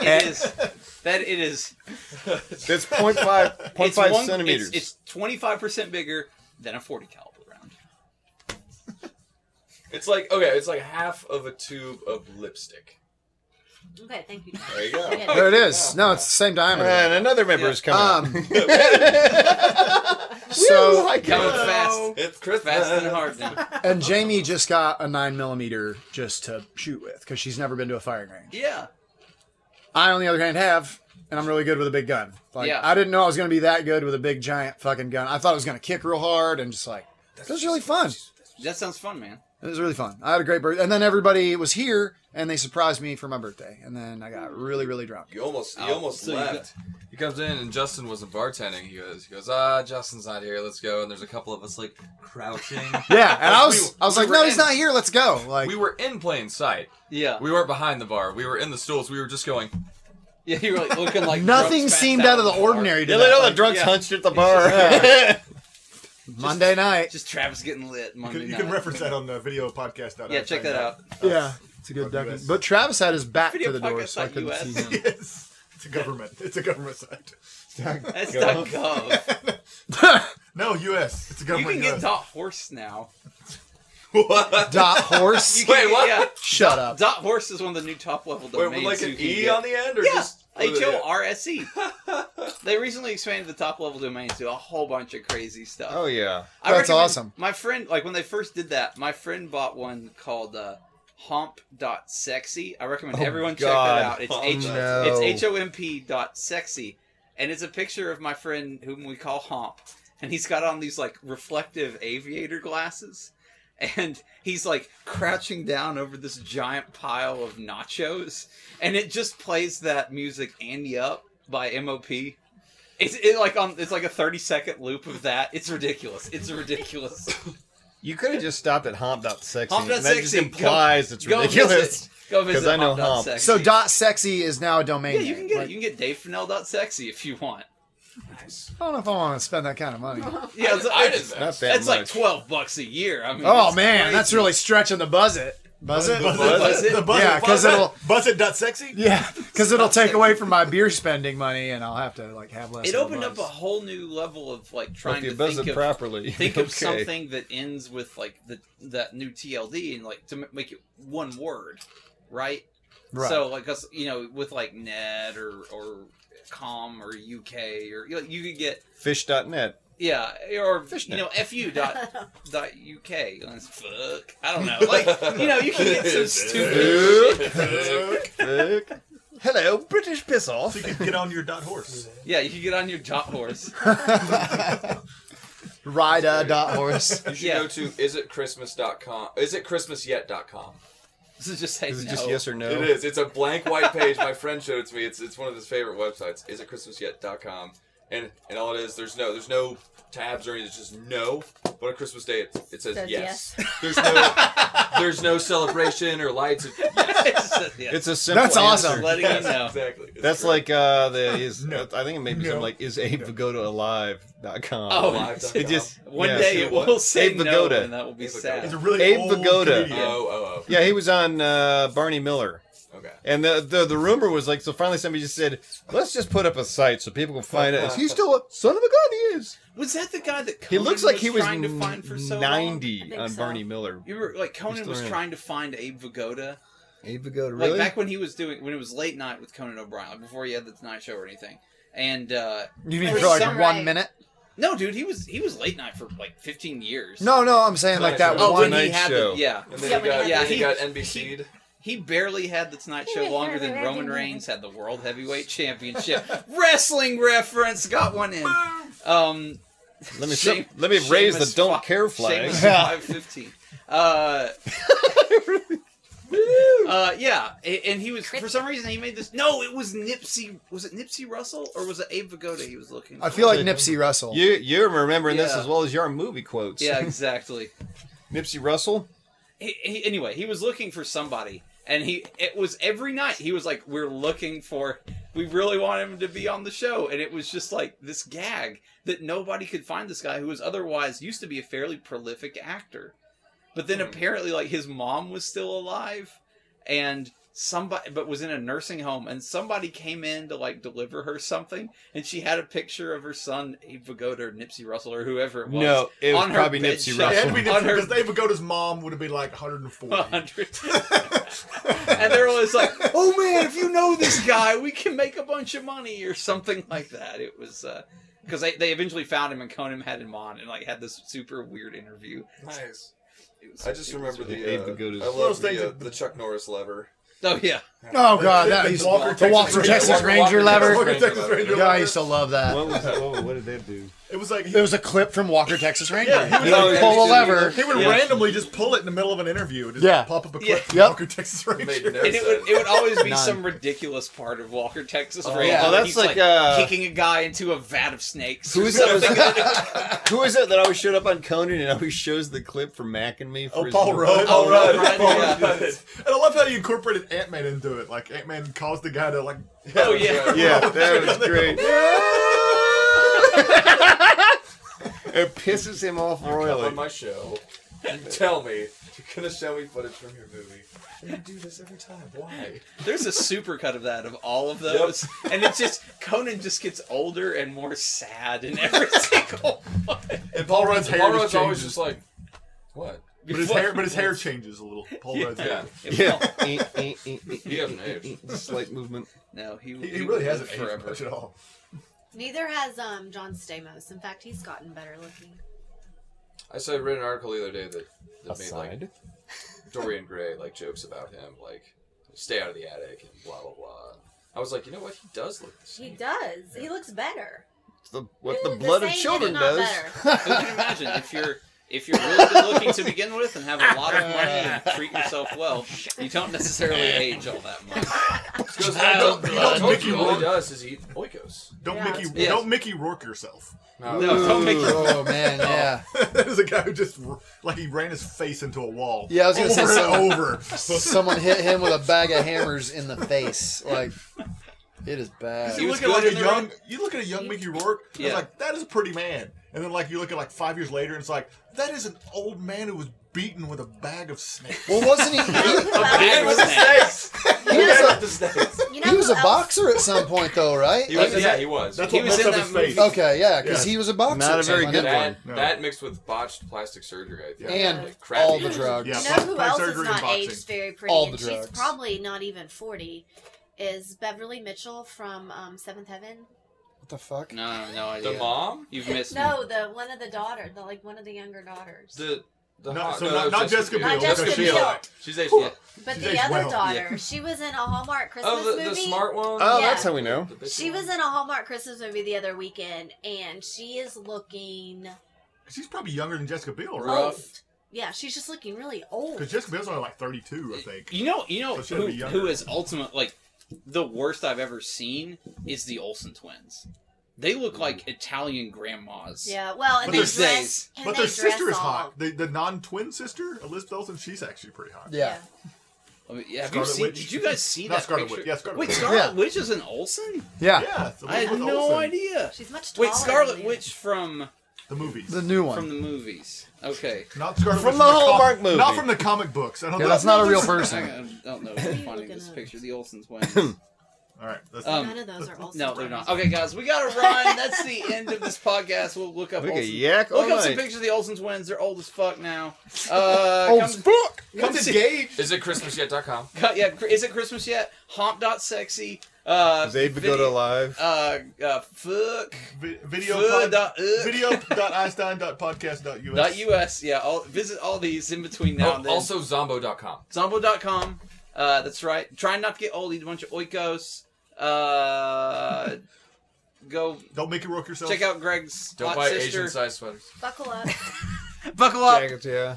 Speaker 3: It is that it is
Speaker 7: It's 0.5, 0.5
Speaker 3: (laughs) it's one,
Speaker 7: centimeters.
Speaker 3: It's twenty five percent bigger than a forty caliber round.
Speaker 5: It's like okay, it's like half of a tube of lipstick.
Speaker 2: Okay, thank you.
Speaker 5: There
Speaker 2: (laughs)
Speaker 5: you go.
Speaker 2: I get it.
Speaker 4: there it is. No, it's the same diameter.
Speaker 7: and another member
Speaker 3: Yeah.
Speaker 7: is coming. (laughs)
Speaker 4: Um.
Speaker 7: Woo,
Speaker 4: (laughs) so
Speaker 7: I got
Speaker 3: Coming
Speaker 7: it.
Speaker 3: fast.
Speaker 5: It's Christmas.
Speaker 3: Fast and hard now.
Speaker 4: (laughs) and Jamie just got a nine millimeter just to shoot with because she's never been to a firing range.
Speaker 3: Yeah.
Speaker 4: I, on the other hand, have, and I'm really good with a big gun. Like,
Speaker 3: Yeah.
Speaker 4: I didn't know I was going to be that good with a big, giant fucking gun. I thought it was going to kick real hard and just like, it was really fun.
Speaker 3: That sounds fun, man.
Speaker 4: It was really fun. I had a great birthday. And then everybody was here and they surprised me for my birthday. And then I got really, really drunk.
Speaker 5: You almost, you
Speaker 3: Oh,
Speaker 5: almost
Speaker 3: so you
Speaker 5: left. he comes in and Justin wasn't bartending. He goes, he goes, ah, Justin's not here. Let's go. And there's a couple of us like crouching.
Speaker 4: (laughs) Yeah. And I was,
Speaker 5: We-
Speaker 4: I was
Speaker 5: we
Speaker 4: like,
Speaker 5: were
Speaker 4: no, he's
Speaker 5: in-
Speaker 4: not here. Let's go. Like,
Speaker 5: We were in plain sight.
Speaker 3: Yeah.
Speaker 5: We weren't behind the bar. We were in the stools. We were just going.
Speaker 3: (laughs) Yeah, you were like looking like
Speaker 4: nothing
Speaker 3: drunk spats
Speaker 4: seemed out of the
Speaker 3: bar.
Speaker 4: ordinary
Speaker 7: Yeah,
Speaker 4: to
Speaker 7: let
Speaker 4: that.
Speaker 7: all the
Speaker 4: Like,
Speaker 7: drunks
Speaker 3: yeah.
Speaker 7: hunched
Speaker 3: (laughs)
Speaker 7: at the bar.
Speaker 4: Monday night.
Speaker 3: Just Travis getting lit Monday
Speaker 6: You can,
Speaker 3: night.
Speaker 6: reference that on the video podcast. out
Speaker 3: Yeah,
Speaker 6: there.
Speaker 3: check that out.
Speaker 7: Oh.
Speaker 4: yeah. It's a good duck.
Speaker 6: Fuck US.
Speaker 4: But Travis had his back
Speaker 3: Video
Speaker 4: to the door,
Speaker 3: podcast
Speaker 4: so I
Speaker 3: dot
Speaker 4: couldn't
Speaker 3: US.
Speaker 4: see him.
Speaker 6: (laughs) Yes. It's a government. It's a government site.
Speaker 3: That's dot gov.
Speaker 6: No, U.S. It's a
Speaker 5: Oh
Speaker 3: You
Speaker 6: government.
Speaker 3: can get
Speaker 6: US.
Speaker 3: dot horse now.
Speaker 5: What?
Speaker 4: Dot horse.
Speaker 3: You can-
Speaker 5: Wait, what?
Speaker 3: yeah.
Speaker 4: Shut up.
Speaker 3: Dot horse is one of the new top level
Speaker 5: Wait,
Speaker 3: domains.
Speaker 5: with like an
Speaker 3: you can
Speaker 5: E
Speaker 3: get.
Speaker 5: on the end, or
Speaker 3: Yeah,
Speaker 5: just
Speaker 3: H O R S
Speaker 5: (laughs)
Speaker 3: E. They recently expanded the top level domains to a whole bunch of crazy stuff.
Speaker 7: (laughs) oh, yeah.
Speaker 3: I
Speaker 4: That's
Speaker 3: recommend-
Speaker 4: awesome.
Speaker 3: My friend, like when they first did that, my friend bought one called uh, Homp.sexy. I recommend everyone
Speaker 7: Oh, God.
Speaker 3: check that
Speaker 5: Oh,
Speaker 3: out. It's H
Speaker 7: no.
Speaker 3: it's H O M P dot sexy, and it's a picture of my friend whom we call Homp, and he's got on these like reflective aviator glasses. And he's like crouching down over this giant pile of nachos, and it just plays that music "And Me Up" by M.O.P. It's it like on it's like a thirty second loop of that. It's ridiculous.
Speaker 7: (laughs)
Speaker 3: It's ridiculous.
Speaker 7: You could have just stopped at Hump.sexy.
Speaker 3: Hump
Speaker 7: Hump
Speaker 3: dot
Speaker 7: that just
Speaker 3: sexy. Go-
Speaker 7: implies it's
Speaker 3: Go
Speaker 7: ridiculous.
Speaker 3: visit. (laughs) Go visit.
Speaker 7: 'Cause I know
Speaker 3: Hop.
Speaker 7: Hop.
Speaker 3: Sexy.
Speaker 4: So dot sexy is now a
Speaker 3: Yeah,
Speaker 4: domain.
Speaker 3: you can
Speaker 4: name.
Speaker 3: get
Speaker 4: Like,
Speaker 3: you can get DaveFennell.sexy if you want.
Speaker 4: I don't know if I want to spend that kind of money.
Speaker 3: Yeah, it's,
Speaker 5: I
Speaker 3: it's-
Speaker 5: didn't.
Speaker 7: Not that
Speaker 3: that's like
Speaker 7: much.
Speaker 3: twelve bucks a year. I mean,
Speaker 4: oh
Speaker 3: it's
Speaker 4: man,
Speaker 3: crazy.
Speaker 4: that's really stretching the buzzet. Buzzet.
Speaker 6: Buzz
Speaker 5: Buzz
Speaker 6: it.
Speaker 3: Buzz it.
Speaker 6: The buzz
Speaker 4: Yeah, 'cause it'll-
Speaker 6: buzz it. Dot sexy.
Speaker 4: Yeah, because it'll take away from my beer spending money, and I'll have to like have less.
Speaker 3: It
Speaker 4: of
Speaker 3: opened up a
Speaker 4: buzz.
Speaker 3: whole new level of like
Speaker 7: But
Speaker 3: trying
Speaker 7: if you
Speaker 3: to
Speaker 7: buzz
Speaker 3: think
Speaker 7: it
Speaker 3: of
Speaker 4: (laughs)
Speaker 7: properly.
Speaker 3: (laughs) think of
Speaker 7: (laughs) okay.
Speaker 3: something that ends with like the that new TLD and like to m- make it one word, right?
Speaker 4: Right.
Speaker 3: So like us, you know, with like Ned or or Com or UK or you, know, you could get
Speaker 7: Fish.net.
Speaker 3: yeah or you know fu dot dot uk. Let's Fuck, I don't know. Like you know, you can get some stupid. shit.
Speaker 7: Fuck. Hello, British piss off.
Speaker 6: So you can get on your dot horse.
Speaker 3: Yeah, you can get on your dot horse. (laughs)
Speaker 4: Ride a dot
Speaker 3: (laughs)
Speaker 4: horse.
Speaker 5: You should
Speaker 3: Yeah.
Speaker 5: go to isitchristmas.com. Isitchristmasyet.com.
Speaker 3: So just say
Speaker 7: Is it
Speaker 3: no.
Speaker 7: just yes or no?
Speaker 5: It is. It's a blank white page. My friend showed it to me. It's it's one of his favorite websites. Isitchristmasyet.com. And and all it is, there's no there's no tabs or anything. It's just no. But on Christmas Day, it, it says
Speaker 2: Says
Speaker 5: yes. (laughs) There's no there's no celebration or lights. It's,
Speaker 3: (laughs)
Speaker 5: yes.
Speaker 3: It's just- yeah.
Speaker 7: It's a simple
Speaker 4: That's awesome.
Speaker 7: answer.
Speaker 3: letting you know.
Speaker 5: (laughs) Exactly. It's
Speaker 7: That's
Speaker 5: great.
Speaker 7: like uh the is
Speaker 6: No.
Speaker 7: I think it may be
Speaker 6: No.
Speaker 7: something like is Abe Vigoda alive.com.
Speaker 3: Oh,
Speaker 5: Live.com.
Speaker 7: it just
Speaker 3: One
Speaker 7: yeah.
Speaker 3: day it will say
Speaker 7: Abe
Speaker 3: no,
Speaker 7: Vigoda.
Speaker 3: and that will be
Speaker 5: Abe Vigoda.
Speaker 3: sad.
Speaker 6: It's a really
Speaker 7: Abe
Speaker 6: old
Speaker 7: Vigoda.
Speaker 6: comedian.
Speaker 5: Oh, oh, oh.
Speaker 7: Yeah, he was on uh Barney Miller.
Speaker 5: Okay. Okay.
Speaker 7: And the, the the rumor was like, so finally somebody just said, let's just put up a site so people can find it. Is he still a son of a gun? He is.
Speaker 3: Was that the guy that Conan
Speaker 7: He looks like
Speaker 3: was
Speaker 7: he was
Speaker 3: trying to find for so long?
Speaker 2: I
Speaker 7: 90
Speaker 2: think
Speaker 7: on
Speaker 2: so.
Speaker 7: Bernie Miller.
Speaker 3: You were like Conan
Speaker 7: still
Speaker 3: was
Speaker 7: around.
Speaker 3: trying to find Abe Vigoda.
Speaker 7: Abe Vigoda,
Speaker 3: Like
Speaker 7: really?
Speaker 3: back when he was doing when it was late night with Conan O'Brien, like before he had the Tonight Show or anything. And uh
Speaker 4: You mean
Speaker 2: Or
Speaker 4: for like
Speaker 3: some-
Speaker 4: one minute?
Speaker 3: no, dude, he was he was late night for like 15 years.
Speaker 4: No, no, I'm saying like that
Speaker 5: Oh,
Speaker 4: one.
Speaker 5: when
Speaker 3: he
Speaker 7: Tonight
Speaker 3: had the-
Speaker 7: Show.
Speaker 3: yeah.
Speaker 5: And then
Speaker 2: Yeah,
Speaker 5: he got,
Speaker 2: but
Speaker 5: yeah,
Speaker 3: yeah,
Speaker 5: he,
Speaker 3: he-
Speaker 5: (laughs) got NBC'd.
Speaker 3: He barely had the Tonight Show longer than Roman Reigns had the World Heavyweight Championship. (laughs) Wrestling reference got one in. Um,
Speaker 7: Let me
Speaker 3: (laughs) Shame-
Speaker 7: si- let me raise the
Speaker 3: Sheamus
Speaker 7: don't
Speaker 3: fi-
Speaker 7: care flag.
Speaker 3: Sheamus five fifteen. Uh, (laughs) uh, yeah, a- and he was for some reason he made this. No, it was Nipsey. Was it Nipsey Russell or was it Abe Vigoda? He was looking.
Speaker 4: I
Speaker 3: for?
Speaker 4: feel like Nipsey Russell.
Speaker 7: You you're remembering this
Speaker 3: Yeah.
Speaker 7: as well as your movie quotes.
Speaker 3: Yeah, exactly.
Speaker 7: (laughs) Nipsey Russell.
Speaker 3: he, he, anyway, he was looking for somebody, and he it was every night he was like, "We're looking for, we really want him to be on the show," and it was just like this gag that nobody could find this guy who was otherwise used to be a fairly prolific actor, but then apparently like his mom was still alive, and somebody but was in a nursing home and somebody came in to like deliver her something and she had a picture of her son Abe Vigoda or Nipsey Russell or whoever it was
Speaker 7: No, it was
Speaker 3: on her
Speaker 7: probably
Speaker 3: bed
Speaker 7: Nipsey
Speaker 3: sheet.
Speaker 6: Yeah,
Speaker 7: Russell.
Speaker 3: (laughs)
Speaker 6: it'd be
Speaker 3: On
Speaker 6: different
Speaker 3: her-
Speaker 6: because Dave Vigoda's mom would have been like
Speaker 3: (laughs)
Speaker 6: 140.
Speaker 3: 100. and they're always like, "Oh man, if you know this guy, we can make a bunch of money or something like that." It was because they, they eventually found him and Conan had him on and like had this super weird interview.
Speaker 5: Nice.
Speaker 3: It was,
Speaker 5: I just
Speaker 3: it was
Speaker 5: remember
Speaker 3: really-
Speaker 7: Abe
Speaker 5: the. Uh,
Speaker 7: Vigoda's-
Speaker 5: I
Speaker 6: Those
Speaker 5: love
Speaker 6: things
Speaker 5: the, uh,
Speaker 6: that-
Speaker 5: the Chuck
Speaker 7: (laughs)
Speaker 5: Norris lever.
Speaker 3: Oh
Speaker 5: (laughs)
Speaker 3: yeah,
Speaker 4: Oh god, that
Speaker 6: The
Speaker 4: he's
Speaker 6: Walker,
Speaker 4: the
Speaker 6: Texas
Speaker 4: Walker
Speaker 6: Ranger-
Speaker 4: Texas
Speaker 5: Walker-
Speaker 4: Ranger
Speaker 5: Walker-
Speaker 4: lever.
Speaker 5: Walker-
Speaker 6: Walker, Texas Ranger
Speaker 4: Yeah, I
Speaker 6: lever.
Speaker 4: used to love that.
Speaker 7: What, was, what, what did that do?
Speaker 6: It was like he,
Speaker 4: It was a clip from Walker Texas Ranger.
Speaker 6: Yeah,
Speaker 4: He
Speaker 6: he
Speaker 4: would
Speaker 5: was-
Speaker 4: pull a
Speaker 5: he
Speaker 4: lever.
Speaker 6: he would
Speaker 3: Yeah.
Speaker 6: randomly just pull it in the middle of an interview. Just
Speaker 4: Yeah.
Speaker 6: pop up a clip.
Speaker 3: Yeah.
Speaker 6: of
Speaker 4: Yep.
Speaker 6: Walker, Texas Ranger.
Speaker 5: Made no
Speaker 3: and it would it
Speaker 5: sense.
Speaker 3: would always be
Speaker 4: None.
Speaker 3: some ridiculous part of Walker Texas
Speaker 4: Oh,
Speaker 3: Ranger.
Speaker 4: yeah.
Speaker 7: Oh,
Speaker 3: where
Speaker 7: that's
Speaker 3: he's,
Speaker 7: like, uh,
Speaker 3: kicking a guy into a vat of snakes. or
Speaker 7: Who is
Speaker 3: (laughs)
Speaker 7: that?
Speaker 5: (laughs)
Speaker 3: something.
Speaker 7: Was, who is that that always showed up on Conan and always shows the clip from Mac and me? For
Speaker 6: Oh,
Speaker 7: his-
Speaker 6: Paul Rudd. Oh,
Speaker 3: Paul Rudd, right,
Speaker 6: Paul
Speaker 3: yeah.
Speaker 6: Rudd. (laughs) And I love how you incorporated Ant Man into it. Like Ant Man caused the guy to like.
Speaker 3: Oh yeah.
Speaker 7: Yeah, that was great. (laughs) it pisses him off
Speaker 5: Come on
Speaker 7: royally.
Speaker 5: my show. and Tell me you're gonna show me footage from your movie. And you do this every time. Why?
Speaker 3: There's a supercut of that of all of those, and it's just Conan just gets older and more sad Oh, in every
Speaker 5: (laughs)
Speaker 3: single one.
Speaker 6: And Paul Rudd's hair
Speaker 5: Paul
Speaker 6: just
Speaker 5: Rudd's always
Speaker 6: changes.
Speaker 5: just like, what?
Speaker 6: But his hair, but his hair changes a little. Paul Rudd's hair.
Speaker 5: Yeah.
Speaker 7: Yeah. (laughs)
Speaker 6: (laughs)
Speaker 7: Eh, eh, eh, eh,
Speaker 5: He hasn't aged.
Speaker 7: Slight movement.
Speaker 3: No, he,
Speaker 6: He,
Speaker 3: he,
Speaker 6: he really
Speaker 3: will
Speaker 6: hasn't
Speaker 3: live
Speaker 6: aged much at all.
Speaker 2: Neither has um John Stamos. In fact, he's gotten better looking.
Speaker 5: I saw I read an article the other day that, that made like
Speaker 7: Aside.
Speaker 5: Dorian Gray like jokes about him, like stay out of the attic and blah blah blah. I was like, you know what? He does look the
Speaker 2: He
Speaker 5: same.
Speaker 2: does. He looks better.
Speaker 7: The, what
Speaker 2: Ooh,
Speaker 7: the blood of
Speaker 2: same,
Speaker 7: children
Speaker 2: if not
Speaker 7: does.
Speaker 2: better.
Speaker 3: Who can imagine if you're if you're really good looking to begin with and have a lot of money
Speaker 6: (laughs)
Speaker 3: and treat yourself well, you don't necessarily age all that much.
Speaker 5: Because I told- I
Speaker 6: blood.
Speaker 5: told
Speaker 6: Mickey
Speaker 5: you, all
Speaker 6: Rourke.
Speaker 5: he does is eat (laughs) oikos.
Speaker 6: Don't
Speaker 2: Yeah,
Speaker 6: Mickey,
Speaker 2: that's
Speaker 3: good.
Speaker 6: don't Mickey Rourke yourself. (laughs)
Speaker 5: No,
Speaker 3: No, don't make (laughs) your
Speaker 4: Oh man, yeah.
Speaker 6: There's a guy who just r- like he ran his face into a wall.
Speaker 4: Yeah, I was gonna
Speaker 6: over
Speaker 4: say (laughs)
Speaker 6: and
Speaker 4: so.
Speaker 6: over.
Speaker 4: Someone hit him with a bag of hammers in the face. Like it is bad.
Speaker 3: He
Speaker 6: you
Speaker 3: was
Speaker 6: look at like
Speaker 3: good
Speaker 6: a
Speaker 3: in the
Speaker 6: young,
Speaker 3: ring.
Speaker 6: you look at a young Mickey Rourke. and
Speaker 3: Yeah.
Speaker 6: It's like that is a pretty man. And then like you look at like five years later, and it's like that is an old man who was beaten with a bag of (laughs) snakes.
Speaker 4: Well, wasn't he?
Speaker 3: Bag of snakes.
Speaker 4: (laughs) He, he was a,
Speaker 2: You know
Speaker 4: he was
Speaker 2: who
Speaker 4: a
Speaker 2: else-
Speaker 4: boxer at some point, though, right?
Speaker 5: he was.
Speaker 3: Like,
Speaker 5: Yeah, he was.
Speaker 6: That's
Speaker 3: He
Speaker 6: what
Speaker 3: was
Speaker 6: messed
Speaker 3: in
Speaker 6: up
Speaker 3: that
Speaker 6: his face.
Speaker 3: movie.
Speaker 4: Okay, yeah, because
Speaker 6: Yeah.
Speaker 4: he was a boxer.
Speaker 7: Not
Speaker 4: at
Speaker 7: a
Speaker 4: some
Speaker 7: very
Speaker 4: point.
Speaker 7: good
Speaker 4: I
Speaker 5: that,
Speaker 6: No.
Speaker 5: that mixed with botched plastic surgery, I think.
Speaker 4: And
Speaker 5: Like, crappy
Speaker 4: all the
Speaker 5: surgery.
Speaker 4: drugs.
Speaker 6: Yeah.
Speaker 2: You know who else
Speaker 6: plastic
Speaker 2: is
Speaker 6: surgery and
Speaker 2: not
Speaker 6: boxing.
Speaker 2: aged very pretty?
Speaker 4: All
Speaker 2: and
Speaker 4: the
Speaker 2: she's
Speaker 4: drugs.
Speaker 2: probably not even 40. Is Beverly Mitchell from um, Seventh Heaven?
Speaker 4: What the fuck?
Speaker 3: No, no
Speaker 5: The
Speaker 3: idea.
Speaker 5: mom?
Speaker 3: You've missed me.
Speaker 2: No, the one of the daughter, the like one of the younger daughters.
Speaker 5: The the
Speaker 6: No,
Speaker 5: hot-
Speaker 6: so not, not Jessica Biel.
Speaker 2: Not Jessica
Speaker 6: Jessica
Speaker 2: Biel.
Speaker 6: Biel.
Speaker 5: She's Asian.
Speaker 3: Yeah.
Speaker 2: but
Speaker 6: she's
Speaker 2: the
Speaker 6: aged
Speaker 2: other
Speaker 6: well.
Speaker 2: daughter, she was in a Hallmark Christmas
Speaker 5: Oh, the,
Speaker 2: movie.
Speaker 5: the smart one.
Speaker 7: Oh,
Speaker 2: Yeah.
Speaker 7: that's how we know.
Speaker 5: The bitch
Speaker 2: She
Speaker 5: one.
Speaker 2: was in a Hallmark Christmas movie the other weekend, and she is looking
Speaker 6: She's probably younger than Jessica Biel, right?
Speaker 3: Rough.
Speaker 2: old. Yeah, she's just looking really
Speaker 6: Because
Speaker 2: old.
Speaker 6: Jessica Biel's only like 32, I think.
Speaker 3: You know, you know
Speaker 6: So she had
Speaker 3: who,
Speaker 6: to be younger.
Speaker 3: who is ultimate like the worst I've ever seen is the Olsen twins. They look
Speaker 6: Mm.
Speaker 3: like Italian grandmas.
Speaker 2: Yeah, well, and
Speaker 6: But
Speaker 2: they
Speaker 6: there's-
Speaker 2: dress. And
Speaker 6: But
Speaker 2: they
Speaker 6: their sister
Speaker 2: dress
Speaker 6: is
Speaker 2: all-
Speaker 6: hot. The, the non twin sister, Elizabeth Olsen, she's actually pretty hot.
Speaker 4: Yeah.
Speaker 3: I mean, have
Speaker 6: Scarlet
Speaker 3: you seen?
Speaker 6: Witch.
Speaker 3: Did you guys see
Speaker 6: Not
Speaker 3: that
Speaker 6: Scarlet
Speaker 3: picture?
Speaker 6: Witch. Yeah, Scarlet
Speaker 3: Wait,
Speaker 6: Witch.
Speaker 3: Scarlet
Speaker 4: Yeah.
Speaker 3: Witch is an Olsen?
Speaker 4: Yeah.
Speaker 6: Yeah, it's
Speaker 3: I had
Speaker 6: Elizabeth
Speaker 3: no
Speaker 6: Olsen.
Speaker 3: idea.
Speaker 2: She's much taller.
Speaker 3: Wait, Scarlet
Speaker 2: than you.
Speaker 3: Witch from
Speaker 6: The movies.
Speaker 4: The new one.
Speaker 3: from the movies. Okay.
Speaker 6: not Scarlet
Speaker 7: From
Speaker 6: Witch,
Speaker 7: the
Speaker 6: com-
Speaker 7: Hallmark movie.
Speaker 6: Not from the comic books. I don't
Speaker 4: yeah,
Speaker 6: know.
Speaker 4: that's not a real
Speaker 3: I
Speaker 4: person.
Speaker 3: don't know if I'm
Speaker 2: you
Speaker 3: finding
Speaker 2: looking
Speaker 3: this
Speaker 2: up?
Speaker 3: picture. The Olsen's wins.
Speaker 6: All right. Let's,
Speaker 3: Um,
Speaker 2: None of those are also.
Speaker 3: no, they're not. Okay, guys, we gotta run. That's the end of this podcast. We'll look up.
Speaker 7: We could
Speaker 3: Olsen-
Speaker 7: yak all
Speaker 3: Look up some
Speaker 7: night.
Speaker 3: pictures of the Olsen's wins. They're old as fuck now.
Speaker 7: (laughs)
Speaker 3: Uh,
Speaker 7: Oh,
Speaker 4: Old
Speaker 3: come-
Speaker 4: as fuck.
Speaker 3: come
Speaker 1: When's
Speaker 3: see-
Speaker 1: it gauge?
Speaker 5: Is it ChristmasYet.com?
Speaker 3: Cut, yeah, cr- is it Christmas yet? Hump dot sexy. Uh,
Speaker 7: Zabe Pagoda
Speaker 3: video-
Speaker 7: live.
Speaker 3: Uh, uh, fuck.
Speaker 6: vi- video.
Speaker 3: Fuh
Speaker 6: Pod,
Speaker 3: dot ugh
Speaker 6: video. dot Einstein. Dot podcast. Dot us.
Speaker 3: (laughs) dot us. Yeah, all, visit all these in between now and
Speaker 5: Oh,
Speaker 3: then.
Speaker 5: also Zombo.com.
Speaker 3: Zombo.com. Uh, that's right. Try not to get old. Eat a bunch of oikos. Uh, go
Speaker 6: Don't make it work yourself.
Speaker 3: check out Greg's
Speaker 5: Don't
Speaker 3: hot
Speaker 5: buy
Speaker 3: sister.
Speaker 5: Asian sized sweaters.
Speaker 2: Buckle up.
Speaker 3: Buckle up.
Speaker 7: yeah.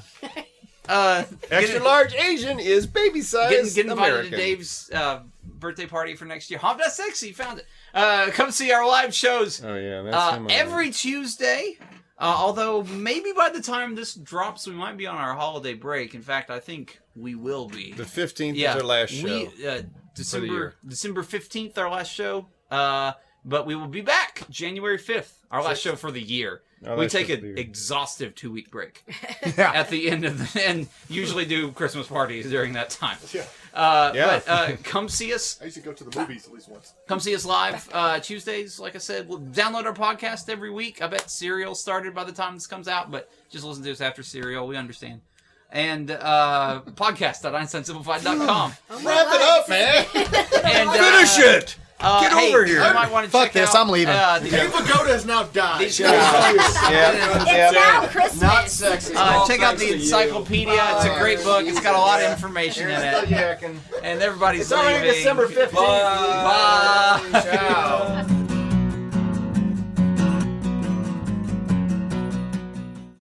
Speaker 3: Uh,
Speaker 7: Extra
Speaker 3: get-
Speaker 7: large Asian is baby
Speaker 3: Get,
Speaker 7: size.
Speaker 3: get invited
Speaker 7: American.
Speaker 3: to Dave's uh, birthday party for next year. Hop that sexy. Found it. Uh, come see our live shows
Speaker 7: Oh yeah, that's
Speaker 3: uh,
Speaker 7: him, I
Speaker 3: every Tuesday. Uh, although maybe by the time this drops, we might be on our holiday break. In fact, I think we will be.
Speaker 7: know. the fifteenth
Speaker 3: (laughs) yeah,
Speaker 7: is our last show.
Speaker 3: We, uh, December
Speaker 7: year.
Speaker 3: December fifteenth, our last show. Uh, but we will be back January fifth, our last show for the year.
Speaker 7: Our
Speaker 3: we
Speaker 7: last
Speaker 3: take
Speaker 7: show for the
Speaker 3: an
Speaker 7: year.
Speaker 3: exhaustive two week break
Speaker 4: Yeah.
Speaker 3: (laughs) at the end of the and usually do Christmas parties during that time.
Speaker 6: Yeah.
Speaker 3: Uh,
Speaker 7: Yeah.
Speaker 3: But uh, come see us.
Speaker 6: I used to go to the movies at least once.
Speaker 3: Come see us live uh, Tuesdays. Like I said, we'll download our podcast every week. I bet Serial started by the time this comes out, but just listen to us after Serial. We understand. And uh, (laughs) podcast.einsteinsimplified.com.
Speaker 2: Oh my
Speaker 7: Wrap it
Speaker 2: God.
Speaker 7: up, man.
Speaker 3: And, uh,
Speaker 7: Finish it.
Speaker 3: uh,
Speaker 7: Get
Speaker 3: hey,
Speaker 7: over here.
Speaker 3: You might want to
Speaker 4: Fuck
Speaker 3: check
Speaker 4: this,
Speaker 3: out,
Speaker 4: I'm leaving.
Speaker 3: Uh, the,
Speaker 6: Eva Goda's now died.
Speaker 3: the-
Speaker 7: Yeah.
Speaker 2: It's now Christmas.
Speaker 1: Not sexy.
Speaker 3: uh,
Speaker 1: All
Speaker 3: check out
Speaker 1: thanks
Speaker 3: the
Speaker 1: to you.
Speaker 3: encyclopedia. It's a great book. It's got a lot of information in it. And everybody's leaving.
Speaker 7: December 15th.
Speaker 3: Bye.
Speaker 7: Ciao.